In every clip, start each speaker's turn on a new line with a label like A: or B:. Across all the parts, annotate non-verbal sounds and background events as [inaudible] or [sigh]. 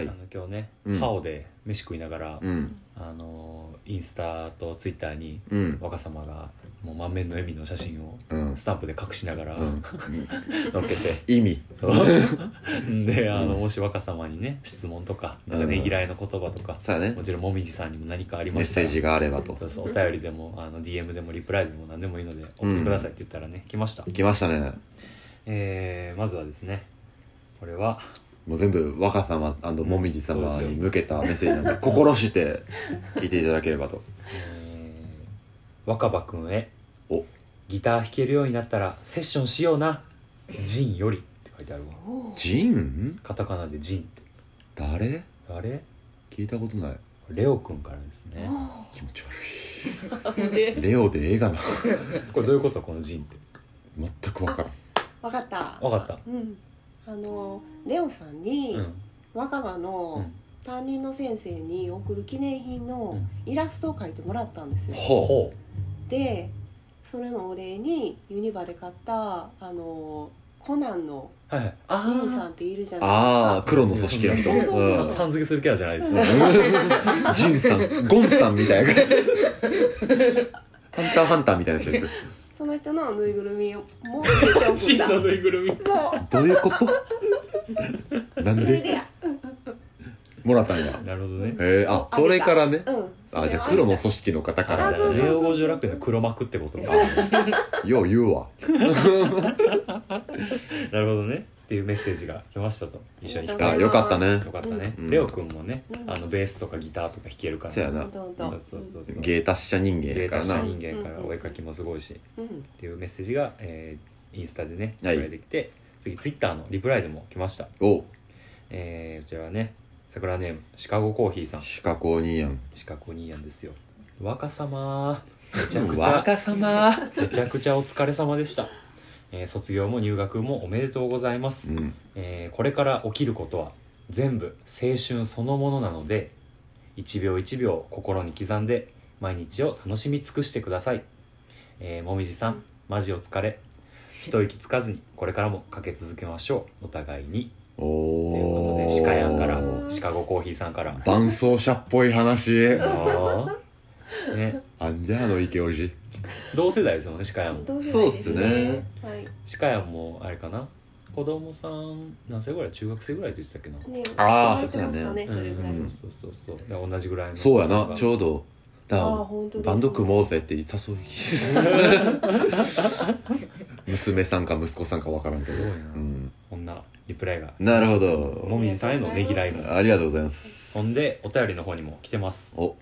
A: あ
B: い。
A: の今日ね、
B: うん
A: ハオで飯食いながら、
B: うん。
A: あのインスタとツイッターに
B: うん。
A: 若様がもう満面の笑みの写真を
B: うん。
A: スタンプで隠しながら [laughs]
B: うん
A: 載っけ
B: [laughs]
A: て、
B: 意味。
A: であの
B: うん
A: もし若様にね質問とかなん
B: う
A: か
B: ん
A: ねぎらいの言葉とか、
B: さあね
A: も。ちろんもみじさんにも何かあり
B: メ
A: ま
B: ッ
A: した
B: セー
A: ら
B: ジがあればと
A: そ。うそうお便りでもあの DM でもリプライでも何でもいいので送ってくださいって言ったらね、来ました、
B: 来ましたね。
A: えーまずはですねこれは
B: もう全部若様もみじ様に向けたメッセージなんで、心して聞いていただければと。
A: えー若葉くんへ
B: お
A: ギター弾けるようになったらセッションしようなジンよりって書いてあるわ
B: ジン
A: カタカナでジンって
B: 誰
A: あれ
B: 聞いたことない。
A: レオくんからですね
B: 気持ち悪い。レオで映画な。
A: これどういうことこのジンって
B: 全くわからん。
C: わかった
A: わかった
C: うんあのレオさんに、
A: うん
C: 若葉
A: う
C: の
A: ん
C: 担任の先生に送る記念品のイラストを描いてもらったんですよ、
B: ほ
A: ほ
C: でそれのお礼にユニバで買ったあのコナンの
A: うはいはい
C: ジンさ
A: あ
C: んっているじゃ
B: う。
C: な
B: あ
C: い
B: あ、黒の組織の人。
C: そうそうそううん
A: さん付けするキャラじゃないです
B: ジンさん、ゴンさんみたいな。ハンターハンターみたいな人いる。
C: ですかその人のぬいぐるみを持って送った
A: ジンの
C: そ
A: ぬいぐるみ
C: う
B: どういうことなん
C: それで
B: でもらったんや。
A: なるほどね
B: えー、あ、それからね。
C: うん
B: あ、じゃあ黒の
C: そ
B: 組織の方か
A: あ
C: そ
B: ら
C: う
B: だ
C: そうそう
A: レ
B: ね。
A: オ五条楽園の黒幕ってことか
B: あよう言うわ。
A: なるほどねっていうメッセージが来ましたと一緒に弾
C: あ
A: か
B: あ、よかったね
A: よ。かったね、
B: うん
A: レオくんもね、
C: うん
A: あのベースとかギターとか弾けるから
B: そうやな
C: れでうん
A: そうそうそうそう
B: 芸達者人間や
A: 芸
B: から
A: 達
B: な
A: 者。人間からお絵描きもすごいし、っ
C: うん
A: ていうメッセージが、えーインスタでね
B: はい
A: 紹介できて、次ツイッターのリプライでも来ました、
B: お
A: えーこちらはね桜ネームシカゴコーヒーさん
B: シカ公認やん。
A: シカゴ兄やんですよ若様めちゃくちゃ
B: 若様。
A: めちゃくちゃお疲れ様でした、えー卒業も入学もおめでとうございます、
B: うん。
A: えーこれから起きることは全部青春そのものなので一秒一秒心に刻んで毎日を楽しみ尽くしてください、えーもみじさんマジお疲れ一息つかずにこれからもかけ続けましょうお互いにということ
B: お
A: で
B: ー。
A: シカヤンから
C: おー
A: シカゴコーヒーさんから
B: 伴奏者っぽい話。
A: あー [laughs] ね、
B: あんじゃあの池おじ。
A: 同世代ですもんねシカヤンも
C: どう
B: そうっすね
C: はいね
A: シカヤンもあれかな子供さん何歳ぐらい中学生ぐらいって言ってたっけな
B: あー
C: 言われてましたね
A: う
C: それぐらい
A: んそうそうそうだから同じぐらいの
B: そうやな、ちょうど。だから
C: あー本当です
B: バンド組もうぜって言ったそう [laughs] 娘さんか息子さんか分からんけど、
A: すごいな
B: うん、
A: こんなリプライが
B: なるほ
A: も
B: ど
A: みじさんへのねぎらいも
B: ありがとうございます
A: ほんでお便りの方にも来てます
B: お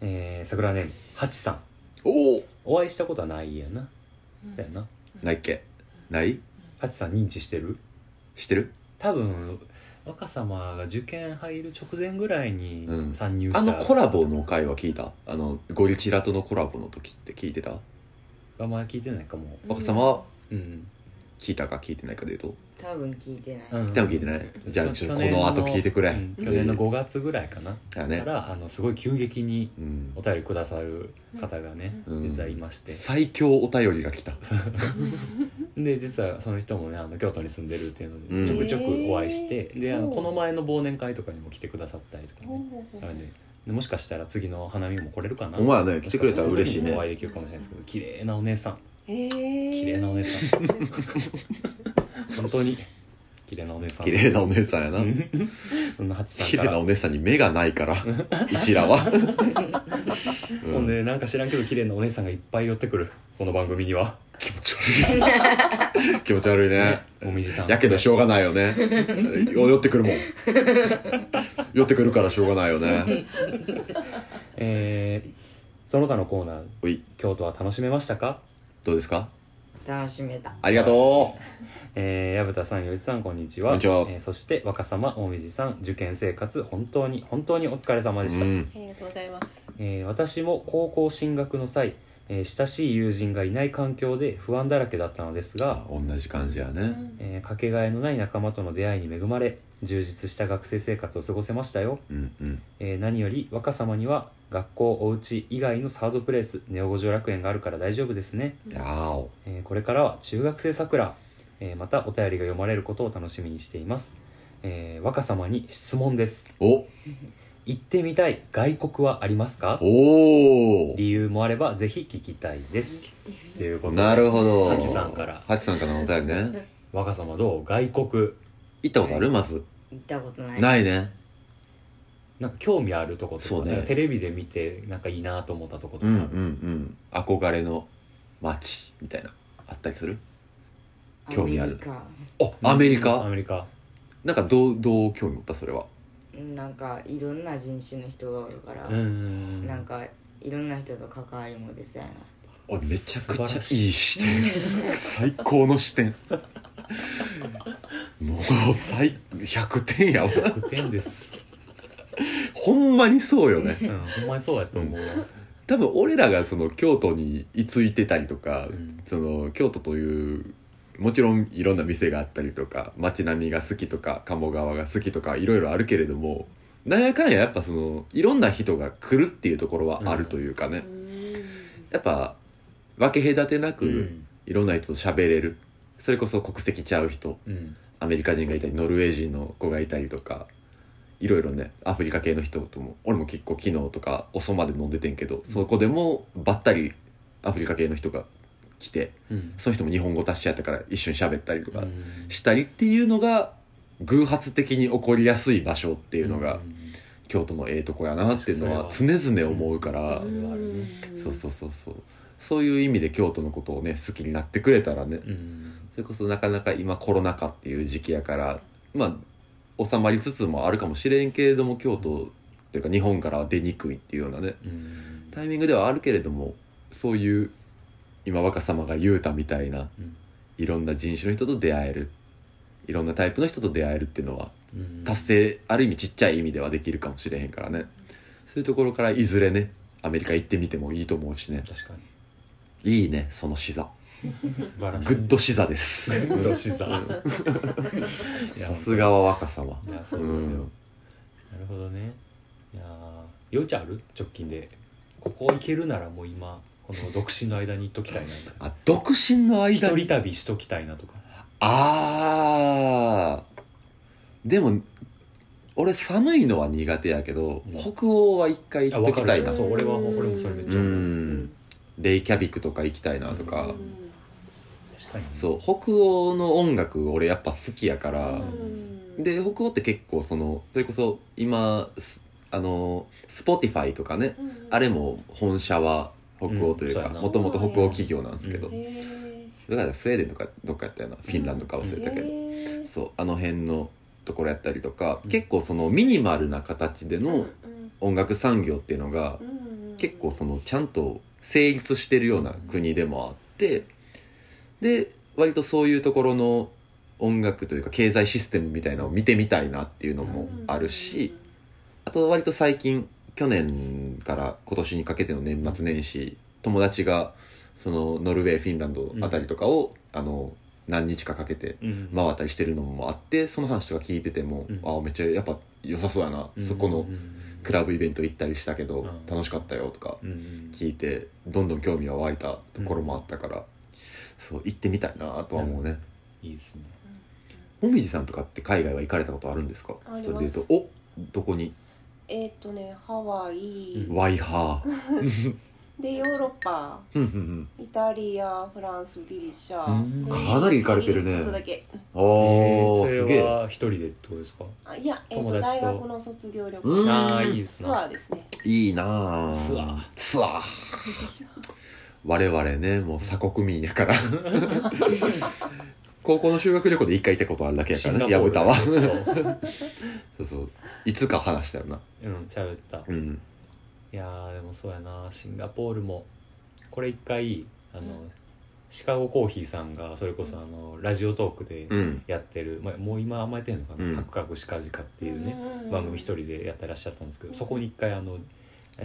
A: えー、桜ネームハチさん
B: おお
A: お会いしたことはないやな
C: うん
A: だよな
B: ないっけない
A: ハチさん認知してる
B: してる
A: 多分若様が受験入る直前ぐらいに
B: うん
A: 参入した、
B: あのコラボの回は聞いたあのゴリチラとのコラボの時って聞いてた
A: あんまり聞いてないかも
B: 奥様は
A: うん、
B: 聞いたか聞いてないかで言う
D: 多分聞いてない、
A: うん
B: と多分聞いてないじゃあちょっとこの後聞いてくれ、
A: うん去年の5月ぐらいかな、
B: だ
A: か
B: ね、
A: らあのすごい急激に
B: うん
A: お、便りくださる方がね、
B: うん
A: 実はいまして、
B: 最強お便りが来た
A: で実はその人もねあの京都に住んでるっていうの
B: うん
A: でちょくちょくお会いして、であの
C: ほう
A: この前の忘年会とかにも来てくださったりとか
C: ほう
A: ね、
C: ほう
A: な
C: ほう
A: のででもしかしたら次の花見も来れるかな
B: お前はね来てくれたら嬉しい
A: もしかたらその時にもお会
B: ね
A: いできるかもしれないですけど綺麗なお姉さん
C: えー
A: 綺麗なお姉さん本当に綺麗なお姉さん
B: 綺麗なお姉さんやな
A: うんそんなハチ
B: 綺
A: さんか
B: 麗
A: ら
B: なお姉さんに目がないからうちら
A: [laughs]
B: は、う
A: ほん
B: ん、
A: でなんか知らんけど綺麗なお姉さんがいっぱい寄ってくるこの番組には
B: 気持ち悪い気持ち悪いね
A: もみじさん
B: やけどしょうがないよ
A: [laughs]
B: ね寄ってくるもん寄ってくるからしょうがないよね
A: えーその他のコーナー
B: おい
A: 京都は楽しめましたか
B: どうですか
D: 楽しめた
B: ありがと
A: えー、矢蓋さん、よいちさん、こんにちは。
B: こんにちは
A: えーそして、若様、もみじさん、受験生活、本当に、本当にお疲れ様
B: う、う
A: でした。
B: ん、
C: ありがとうございます
A: えー私も高校進学の際、えー親しい友人がいない環境で不安だらけだったのですが、
B: 同じ感じや
C: う
B: ね
C: ん
A: えーかけがえのない仲間との出会いに恵まれ、充実した学生生活を過ごせましたよ。
B: うんうん
A: えー何より若様には、学校、おうち以外のサードプレイス、ネオ五条楽園があるから大丈夫ですね。
B: やーお
A: えーこれからは中学生さくら、えーまたお便りが読まれることを楽しみにしています、えー若様に質問です
B: お
A: 行ってみたい外国はありますか
B: お
A: 理由もあればぜひ聞きたいですというこ
B: お
A: とで
B: なるほど
A: ハチさんから
B: ハチさんからのお便りね
A: 若様どう外国
B: 行ったことあるまず
D: 行ったことない
B: ないね
A: なんか興味あるとことか
B: そうね
A: なんかテレビで見てなんかいいなと思ったとこと
B: う
A: か、
B: んうんうん憧れの街みたいなあったりする興味あるおアメリ
A: ア
B: カ
A: メリカ
B: なんかどうどう興味持ったそれは
D: アメリカなんかいろんな人種の人がおるから、
A: うん
D: なんかいろんな人と関わりも出そうやな
B: あめちゃ
A: 素晴
B: くちゃ
A: らし
B: いい視点最高の視点もう最100点やわ
A: 100点です、
B: ほんまにそうよね
A: うん、ほんまにそうやと思う、
B: 多分俺らがその京都に居ついてたりとか、
A: うん
B: その京都というもちろんいろんな店があったりとか街並みが好きとか鴨川が好きとかいろいろあるけれどもなんやかんややっぱそのいろんな人が来るっていうところはあるというかね、やっぱ分け隔てな
A: う
B: く
A: ん
B: いろんな人と喋れる、それこそ国籍ちゃう人
A: うん
B: アメリカ人がいたりノルウェー人の子がいたりとかいろいろねアフリカ系の人とも俺も結構昨日とか遅まで飲んでてんけど、そこでもばったりアフリカ系の人が来て
A: うん
B: その人も日本語達し合ったから一緒に喋ったりと
A: う
B: か
A: ん
B: したりっていうのが偶発的に起こりやすい場所っていうのが
A: ん
B: 京都のええとこやなっていうのは常々思うから
A: う、ん
B: そうそうそうそうそういう意味で京都のことをね好きになってくれたらね
A: うん
B: それこそなかなか今コロナ禍っていう時期やからまあ収まりつつもあるかもしれんけれども京都というか日本からは出にくいっていうようなね
A: うん
B: タイミングではあるけれどもそういう今若様が言うたみたいな
A: うん
B: いろんな人種の人と出会えるいろんなタイプの人と出会えるっていうのは
A: うん
B: 達成ある意味ちっちゃい意味ではできるかもしれへんからねそういうところからいずれねアメリカ行ってみてもいいと思うしね
A: 確か
B: いいねその視座
A: に素晴らしい
B: グッド視座です
A: グッド視座いや
B: さすがは若様
A: いやそうですよ、
B: うん
A: なるほどねいやーようちゃんある直近でここ行けるならもう今この独身の間に行っときたいなみたいな
B: あ独身の間
A: 一
B: に
A: 人旅しときたいなとか
B: ああでも俺寒いのは苦手やけど、
A: うん
B: 北欧は一回行っときたい
A: あ
B: な
A: わかるそう俺は俺もそれめっち
B: う
A: ゃ
B: んレイキャビクとか行きたいなと
A: う
B: か、
A: ん確かに
B: そう北欧の音楽俺やっぱ好きやから、
C: ん
B: で北欧って結構そのそれこそ今すあのスポティファイとかねあれも本社は北欧と
A: う
B: いう
A: んそ
B: か
A: うやな
B: もともと北欧企業なんですけど、
A: うん
C: へ
B: だからスウェーデンとかどっかやったよなフィンランドか忘れたけど、
C: ー
B: そうあの辺のところやったりとか、
A: うん
B: 結構そのミニマルな形での音楽産業っていうのが、結構そのちゃんと成立してるような国でもあってで割とそういうところの音楽というか経済システムみたいなのを見てみたいなっていうのもあるし、あと割と最近去年から今年にかけての年末年始友達がそのノルウェーフィンランドあたりとかを、あの何日かかけて
A: うん
B: 回ったりしてるのもあってその話とか聞いてても、
A: うん
B: ああめっちゃやっぱ良さそうやな、
A: うん
B: そこのクラブイベント行ったりしたけど、
A: うん
B: 楽しかったよとか
A: うん
B: 聞いてどんどん興味は湧いたところもあったから、そう行ってみたいなとは思うね、
A: いいですね
B: もみじさんとかって海外は行かれたことあるんですか
C: あります
B: それでいうとおどこに
C: えーっとねハワイ
B: ワイハー
C: でヨーロッパ
B: ふんふん
C: イタリアフランスギリシャ
A: うん
C: で
B: かなり行かれてるね
C: イギリスちょっとだけ
B: ふん
A: え
B: お
A: ー
B: ー
A: そ
B: すげ
A: れ
B: え
A: は一人でってことですか
C: あいや、えー、
A: 友
C: と
A: 達
C: 大
A: と
C: 学の卒業旅
B: うん
C: 行
A: ああいいです
C: ツア
A: な
C: ーですね
B: いいなあ
A: ツアー
B: ツアー我々ねもう鎖国民やから
A: [laughs]
B: 高校の修学旅行で一回行ったことあるだけやからね
A: シンガ
B: 薮
A: ポー
B: 田
A: ル
B: は
A: だね
B: そうそういつか話したよな
A: うん喋った
B: うん
A: いやーでもそうやなシンガポールもこれ一回あの、シカゴコーヒーさんがそれこそあのラジオトークで
B: うん
A: やってる、まあ、もう今甘えてんのかな「
B: うん
A: カクカクシカジカ」っていうね、
C: ね
A: 番組一人でやってらっしゃったんですけどそこに一回あの何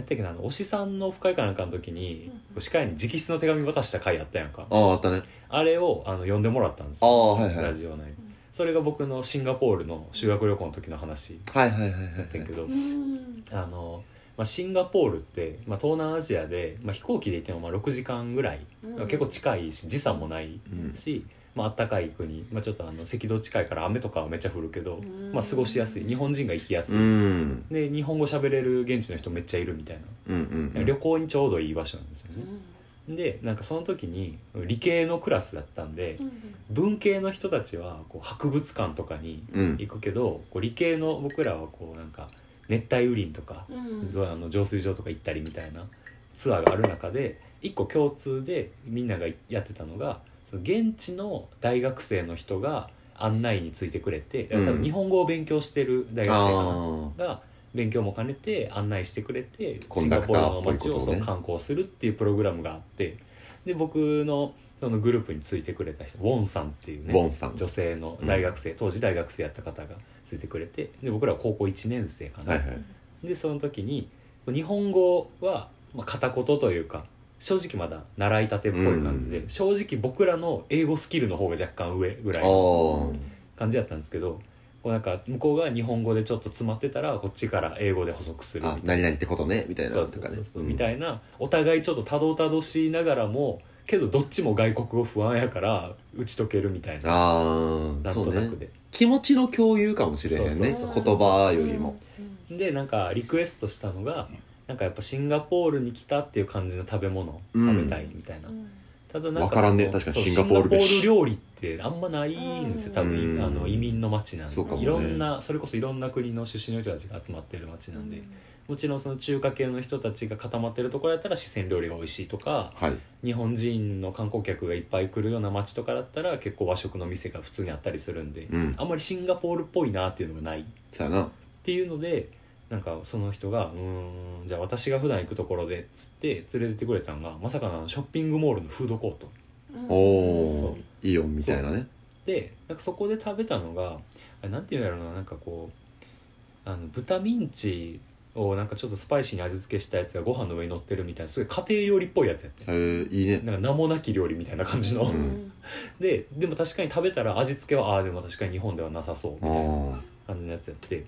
A: やったっけなあの推しさんのオフ会かなんかの時に
C: うん
A: 歯科医に直筆の手紙渡した回あったやんか
B: あああったね
A: あれをあの読んでもらったんです
B: あ
A: よ
B: あはいはいは
A: ラ
B: い
A: ジオ内それが僕のシンガポールの修学旅行の時の話
B: はいはいはい
A: だったんやけど
C: うん
A: あの、まあ、シンガポールって、まあ、東南アジアで、まあ、飛行機で行ってもまあ6時間ぐらい、
C: うん
A: 結構近いし時差もない
B: うん
A: し、まあ暖かい国、まあ、ちょっとあの赤道近いから雨とかはめっちゃ降るけど、
C: うん
A: まあ、過ごしやすい日本人が行きやすい、
B: うん
A: で日本語喋れる現地の人めっちゃいるみたい
B: うんうんう
A: な、
B: ん
A: 旅行にちょうどいい場所なんですよ
C: う
A: ね、
C: ん
A: でなんかその時に理系のクラスだったんで、文系の人たちはこう博物館とかに
B: うん
A: 行くけどこう理系の僕らはこうなんか熱帯雨林とか、
C: うん
A: どうあの浄水場とか行ったりみたいなツアーがある中で一個共通でみんながやってたのがその現地の大学生の人が案内についてくれて、
B: うん
A: 多分日本語を勉強してる大学生かな
B: あ
A: が勉強も兼ねて案内してくれて
B: コ
A: シ
B: ン
A: ン
B: ダ
A: ガ
B: ク
A: ポ
B: タ
A: ール
B: ー
A: の
B: っぽい
A: 街
B: こと
A: を
B: をね
A: そう観光するっていうプログラムがあってで僕のそのグループについてくれた人ウォンさんっていう
B: ーボ
A: ね
B: ンさん
A: 女性の大学生、当時大学生やった方がついてくれてで僕らは高校1年生かな、
B: はいはい
A: でその時に日本語はまあ片言というか正直まだ習いたてっぽい感じで、
B: うん
A: 正直僕らの英語スキルの方が若干上ぐらい
B: あー
A: 感じだったんですけどこうなんか向こうが日本語でちょっと詰まってたらこっちから英語で補足するみ
B: あ
A: たい
B: 何々ってことねみたい
A: な
B: な
A: そうそ
B: と
A: う
B: か
A: そ
B: ね
A: うそうみたいなお互いちょっとたどたどしながらもけどどっちも外国語不安やから打ち解けるみたいな
B: あ
A: な
B: あ
A: ん
B: そ
A: と
B: う
A: な
B: ね
A: くで、
B: 気持ちの共有かもしれへんね
A: そうそうそう
B: 言葉よりも、
A: でなんかリクエストしたのがなんかやっぱシンガポールに来たっていう感じの食べ物
B: うん
A: 食べたいみたいな、ただなんか
B: わからんね
A: その
B: 確か
A: そ
B: に
A: う
B: シンガポール飯
A: シンガポール料理ってあんまないんですよ多分、
B: うん
A: あの移民の街なんで、
B: そうかもね
A: いろんなそれこそいろんな国の出身の人たちが集まってる街なんで、もちろんその中華系の人たちが固まってるところだったら四川料理が美味しいとか
B: はい
A: 日本人の観光客がいっぱい来るような街とかだったら結構和食の店が普通にあったりするんで、
B: うん
A: あんまりシンガポールっぽいなっていうのがないっ
B: そうやな
A: ていうのでなんかその人が「うーんじゃあ私が普段行くところで」っつって連れてってくれたのがまさかのあのショッピングモールのフードコートそう
B: おおーイオンみたいなね
A: でなんかそこで食べたのがあれなんていうんやろうななんかこうあの豚ミンチをなんかちょっとスパイシーに味付けしたやつがご飯の上に乗ってるみたいなすごい家庭料理っぽいやつやって
B: へえいいね
A: なんか名もなき料理みたいな感じの、
B: うん
A: ででも確かに食べたら味付けはああでも確かに日本ではなさそうみ
B: あ
A: たいな
B: あ
A: 感じのやつやって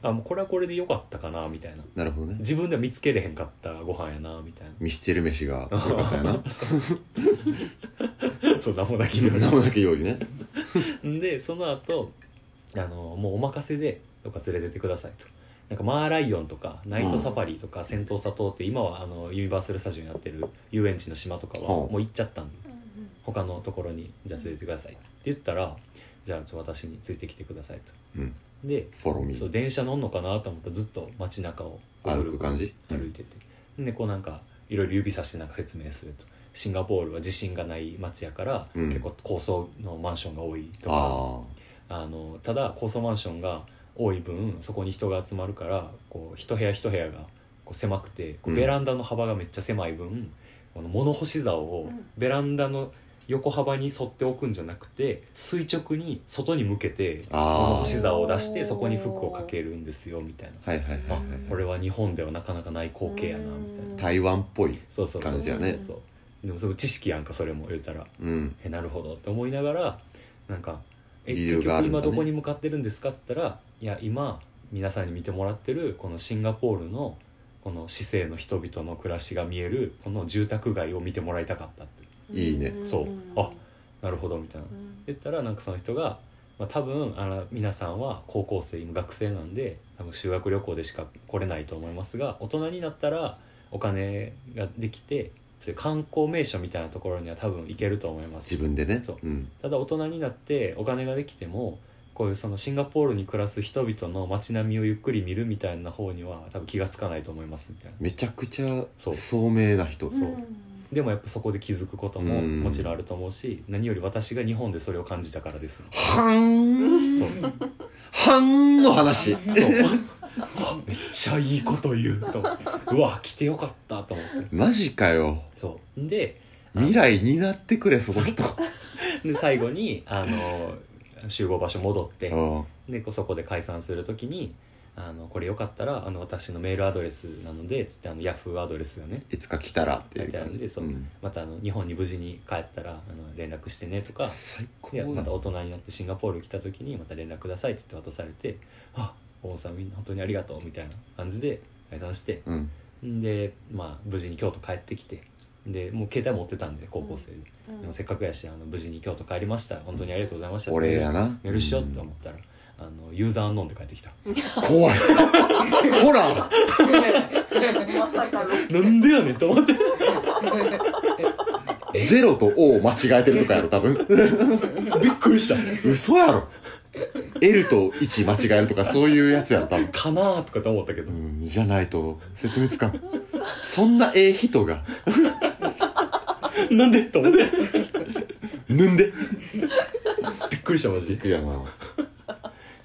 A: あもうこれはこれで良かったかなみたいな
B: なるほどね
A: 自分では見つけれへんかったご飯やなみたいな
B: ミスチル飯が良かったよ
A: [laughs]
B: な
A: そう名もなき料理
B: 名もなき料理ね
A: でその後あのもうお任せでとか連れてってくださいとなんかマーライオンとかナイトサファリとか戦闘砂糖って今はあのユニバーサルスタジオになってる遊園地の島とかは
B: はあ
A: もう行っちゃったんで他のところにじゃあ連れてってくださいって言ったらじゃあちょっと私についてきてくださいと、
B: うん
A: で
B: フォローミ
A: そう
B: ー
A: 電車乗んのかなと思ったらずっと街中を
B: 歩く感じ
A: 歩いてて、でこうなんかいろいろ指さしてなんか説明するとシンガポールは地震がない街やから、
B: うん
A: 結構高層のマンションが多いとか
B: あ
A: あのただ高層マンションが多い分そこに人が集まるからこう一部屋一部屋がこう狭くてこう
B: うん
A: ベランダの幅がめっちゃ狭い分、この物干し竿を
C: うん
A: ベランダの横幅に沿っておくんじゃなくて垂直に外に向けて
B: ああ
A: 物
B: あ
A: 干し竿を出して
C: おー
A: そこに服をかけるんですよみたいな
B: はいはいはいは
A: あ
B: い
A: これは日本ではなかなかない光景やなみたいな
C: うん
B: 台湾っぽい
A: そうそうそう
B: 感じ
A: そ
B: や
A: う
B: ね
A: そうでもその知識やんかそれも言うたら
B: うん
A: えなるほどって思いながらなんか「え
B: 理
A: 結
B: 由があ
A: 局
B: るんだ
A: 今
B: ね
A: どこに向かってるんですか?」って言ったら「いや今皆さんに見てもらってるこのシンガポールのこの市政の人々の暮らしが見えるこの住宅街を見てもらいたかった」って
B: いいね
A: そうあなるほどみたいな言ったらなんかその人が、まあ、多分あの皆さんは高校生今学生なんで多分修学旅行でしか来れないと思いますが大人になったらお金ができてそういう観光名所みたいなところには多分行けると思います
B: 自分でね
A: そう
B: うん
A: ただ大人になってお金ができてもこういうそのシンガポールに暮らす人々の街並みをゆっくり見るみたいな方には多分気が付かないと思いますみたいな
B: めちゃくちゃ
A: そう
B: 聡明な人
A: そうでもやっぱそこで気づくことも
B: うん
A: もちろんあると思うし何より私が日本でそれを感じたからです
B: はん
A: そう
B: [laughs] はんの話
A: そうあめっちゃいいこと言うとうわ来てよかったと思って
B: マジかよ
A: そうで
B: 未来担ってくれその人
A: で最後にあの集合場所戻って
B: うん
A: でこうそこで解散するときにあのこれよかったらあの私のメールアドレスなのでつってあのヤフーアドレスよね
B: いつか来たらっていう
A: 書いてあるん
B: 感
A: で
B: じ
A: そう
B: うん
A: またあの日本に無事に帰ったらあの連絡してねとか
B: 最高
A: でま
B: だ
A: た大人になってシンガポール来た時にまた連絡くださいって言って渡されて「あ王さんみんな本当にありがとう」みたいな感じで解散して
B: うん
A: でまあ無事に京都帰ってきてでもう携帯持ってたんで高校生で,、
C: うん
A: でもせっかくやしあの無事に京都帰りました本当にありがとうございました
B: 俺やな
A: メールしようって思ったら、あのユーザーアンノンで帰ってきた
B: 怖い [laughs] ホラー
C: まさかの
A: [laughs] なんでやねんと思って
B: ゼロと O を間違えてるとかやろ多 [laughs] 分
A: びっくりした
B: 嘘やろ L と1間違えるとかそういうやつやろ多分
A: かなーとかと思ったけど、
B: うんじゃないと説明つかんそんなええ人が
A: なんでと思って
B: ぬんで
A: びっくりしたマジ
B: いやな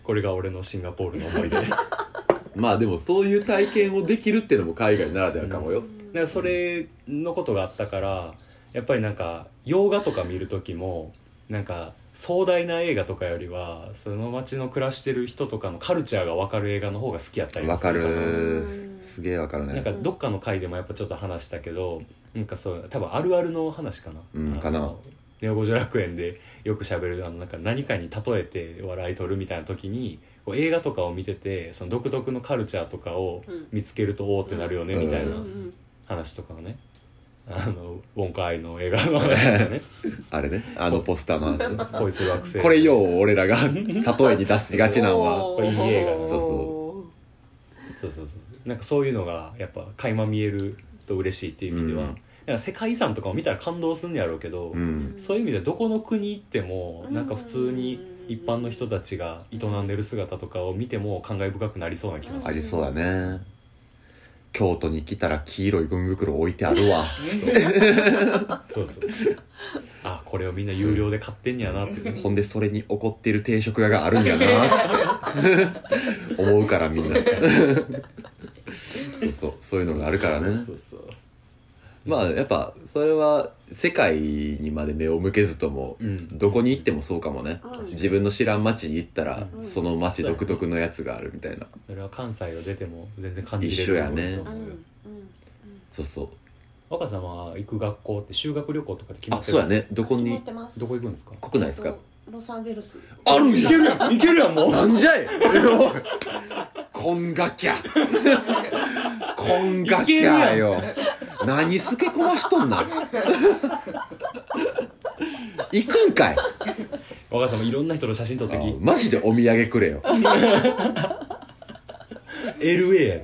A: これが俺のシンガポールの [laughs] 思い出だか
B: まあでもそういう体験をできるっていうのも海外ならではかもよ、
A: らそれのことがあったからやっぱりなんか洋画とか見る時もなんか壮大な映画とかよりはその街の暮らしてる人とかのカルチャーが分かる映画の方が好きやったりもする
B: わかる
C: うん
B: すげえわかるね
A: なんかどっかの回でもやっぱちょっと話したけどなんかそう多分あるあるの話かな、
B: うんかな
A: あのネオ五条楽園でよく喋るあのなんか何かに例えて笑い取るみたいな時にこう映画とかを見ててその独特のカルチャーとかを
C: うん
A: 見つけるとおおってなるよね
B: うん
A: みたい
C: うん
A: な
C: うん
A: 話とかねあのウォンカアイの映画の話とかね
B: あれね [laughs] あのポスターの話ね
A: 恋する惑星
B: これよう
A: [laughs]
B: 俺らが例えに出しがちなんは
C: おー
A: これいい映画だ
B: そう
A: そうそうそうなんかそういうのがやっぱ垣間見えると嬉しいっていう意味では、
B: うん
A: なんか世界遺産とかを見たら感動するんやろうけど、
B: うん
A: そういう意味ではどこの国行っても
C: うん
A: なんか普通に一般の人たちが営んでる姿とかを見ても感慨深くなりそうな気がす
B: あ
A: る、
B: りそうだね京都に来たら黄色いゴミ袋置いてある
A: [laughs]
B: わ
A: そうそうあこれをみんな有料で買ってんやなって、
B: ほんでそれに怒ってる定食屋があるんやなつ
A: [laughs]
B: って思うからみんなそうそうそういうのがあるからね
A: そうそう
B: まあやっぱそれは世界にまで目を向けずとも
A: うん
B: どこに行ってもそうかもね
C: うん
B: 自分の知らん町に行ったら
C: うん
B: その町独特のやつがあるみたいな
A: それは関西を出ても全然感じれる
B: 一緒やね
A: と
C: う
A: 思
C: ん
A: うよ
C: うん
B: そうそう
A: 若さまは行く学校って修学旅行とかって決ま
B: あ
A: って
B: そう
A: る
B: や
A: んです
B: ねどこ
C: 決ま
B: に
C: ってます
A: どこ行くんですか
B: 国内ですか
C: ロサンゼルス
B: あるん
A: 行けるやん行けるやんもう
B: なんじゃいおいこんがきゃこんがきゃよ何すけこましとんな行くんかい
A: 若さまいろんな人の写真撮ってき
B: あマジでお土産くれよ
A: LA やん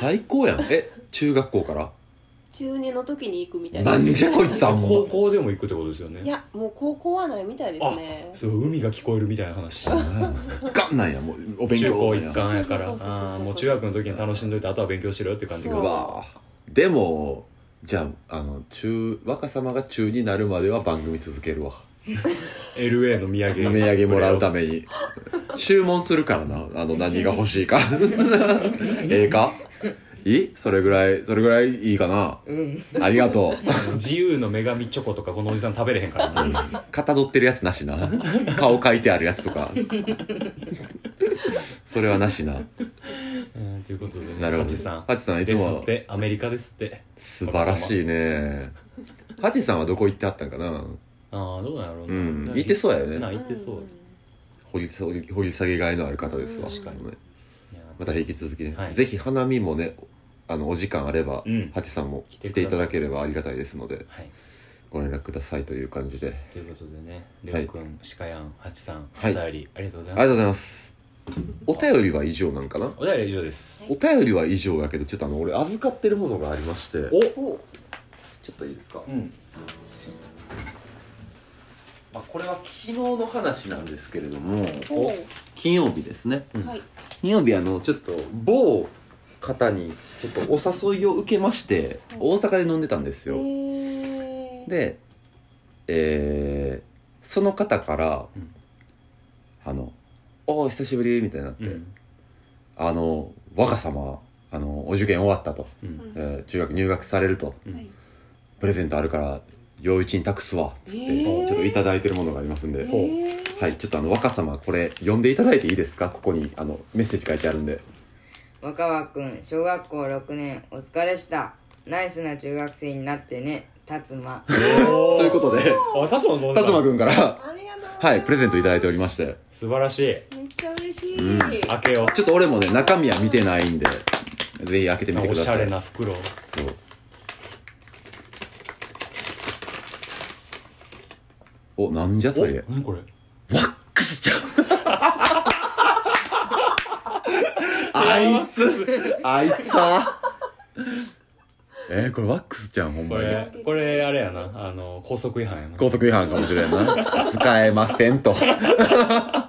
B: 最高やんえ中学校から
C: 中二の時に行くみたい
B: な
C: なん
B: じゃこいつあんま
A: 高校でも行くってことですよね
C: いやもう高校はないみたいですね
A: すごい海が聞こえるみたいな話
B: ガンなんやもうお勉
A: 中
B: 強
A: 高
B: なんや
A: 一貫やか
C: そ
A: ら
C: うそうそうそうそう
A: あーもう中学の時に楽しんどいてあとは勉強しろよって感じ
B: う
A: が
C: そう
B: わぁでもじゃああの中若様が中になるまでは番組続けるわ
A: LA の土
B: お
A: 産
B: 土産もらうために [laughs] 注文するからなあの何が欲し [laughs] いかええかいいそれぐらいそれぐらいいいかな
D: うん
B: ありがとう
A: 自由の女神チョコとかこのおじさん食べれへんからな
B: かたどってるやつなしな顔描いてあるやつとかそれはなしな
A: うんということでね
B: なるほど
A: ハチさん
B: ハチさんいつ
A: ですっ
B: も
A: てアメリカですって
B: 素晴らしいねハチさんはどこ行ってあったんかな
A: ああどうなんやろう
B: う
A: なん
B: 行ってそうやよね
A: な行ってそう
B: 掘り掘り掘り下げがいのある方ですわ
C: 確
A: かに
B: ね
A: いや
B: また引き続きね、
A: はい
B: ぜひ花見もねあのお時間あれば、
A: うん
B: ハチさんも
A: 来てください
B: 来ていただければありがたいですので
A: はい
B: ご連絡くださいという感じで
A: ということでね
B: はい
A: レオくんシカヤンハチさんお
B: はい
A: 便りありがとうござ
B: あ
A: い
B: りが
A: ま
B: とう
A: す
B: ございますお便りは以上なんかな
A: お便りは以上です
B: お便りは以上やけどちょっとあの俺預かってるものがありましてちょ
A: お
C: お
B: っといいですか、
A: うん
B: まあ、これは昨日の話なんですけれども
C: お
B: 金曜日ですね
C: はい
B: 金曜日あのちょっと某方にちょっとお誘いを受けまして
C: はい
B: 大阪で飲んでたんですよ、
C: へー
B: で、えーその方から
A: うん
B: 「あのおお久しぶり」みたいになって「
A: うん
B: あの若様あのお受験終わったと」
A: う
C: うん
A: ん
B: えー中学入学されると
A: うん
C: はい
B: 「プレゼントあるから陽一に託すわ」っつって、
C: えー
B: ちょっといただいてるものがありますんで、
A: ほう
C: へー
B: はいちょっとあの若様これ呼んでいただいていいですかここにあのメッセージ書いてあるんで
D: 若葉くん小学校6年お疲れしたナイスな中学生になってね辰馬
B: と
A: と
B: いうことで
A: あタツマ君
B: 辰馬くんから
C: ありがとうございます
B: はいプレゼントいただいておりまして
A: 素晴らしい
C: めっちゃ嬉しい、
B: うん
A: 開けよう
B: ちょっと俺もね中身は見てないんでぜひ開けてみて
A: お
B: くだ
A: し
B: さ
A: ゃ
B: い
A: れな袋を
B: そうおなんじゃそれ
A: 何これ
B: ワックスちゃん [laughs] あいつあいつはえー、これワックスちゃんほん
A: こ
B: まに
A: れこれあれやなあの高速違反やな
B: 高速違反かもしれんな使えません [laughs] とは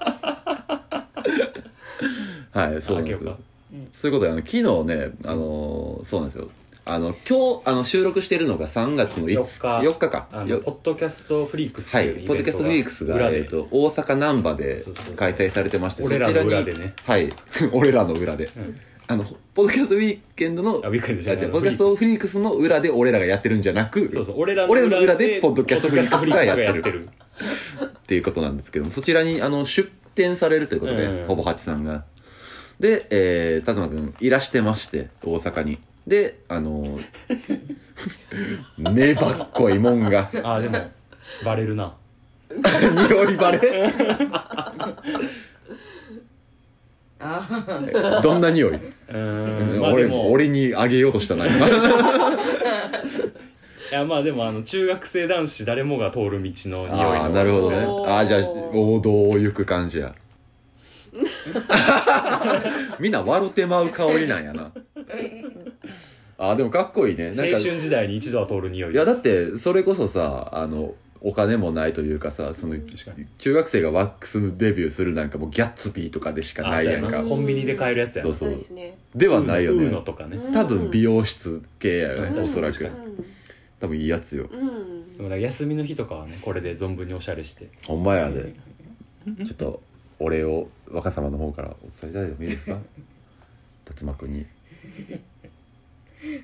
B: いそうなんです
A: あ
B: よ
D: うん
B: そういうことであの昨日ねあのーそうなんですよあの今日あの収録してるのが3月の5
A: 4
B: 4
A: 日
B: 日か
A: あの
B: よ
A: ポッドキャストフリークスって
B: はい
A: いうイベント
B: ポッドキャストウィークスが、
A: 裏で
B: えー、と大阪難波で
A: そうそうそう
B: 開催されてまして
A: 俺らの
B: そち
A: 裏
B: ら
A: で
B: に
A: ね、
B: はい [laughs] 俺らの裏で
A: うん、
B: あのポッドキャストウィークエンドの
A: あウィークエンドじ
B: あ
A: ゃ
B: 違
A: ないう
B: ポッドキャスト
A: フ
B: フリークスの裏で俺らがやってるんじゃなく
A: リークスそうそう俺らの
B: 俺らの裏でポッドキャストフリークス
A: ポッドキャストフリークスがやってる
B: っていうことなんですけどもそちらにあの出展されるということで、
A: うん
B: ほぼ八さんがで、えー、辰馬君いらしてまして大阪にであの [laughs] ー、粘っこいもんが [laughs]
A: あーでもバレるな
B: 匂いバレ
D: ああ
B: どんな匂い、
A: うーん [laughs] まあで
B: 俺
A: も
B: 俺にあげようとしたな今
A: いやまあでもあの中学生男子誰もが通る道の匂いの
B: ああなるほどね
C: おー
B: ああじゃあ王道を行く感
A: [laughs]
B: じやみんな笑てまう香りなんやなああでもかっこいいねなん
A: 青
B: か
A: 春時代に一度は通る匂い
B: いやだってそれこそさあのお金もないというかさその
A: 確かに
B: 中学生がワックスデビューするなんかもうギャッツビーとかでしか
A: あ
B: な
A: ー
B: い
A: そう
B: や
A: や
B: ん
A: な
B: か
A: コンビニで買えるやつや
B: そうそう
C: そうですね
B: ではないよ
A: ウーノ
B: ね
A: とかね
C: うん
B: 多分美容室系やよね、
A: うん
B: おそら
A: 確
B: く
A: か
B: 多分いいやつよ
C: うん
A: でもなんか休みの日とかはねこれで存分におしゃれして
B: ほんまやでちょっとお礼を若様の方からお伝えいただいてもいいです
A: [laughs]
B: か辰馬君に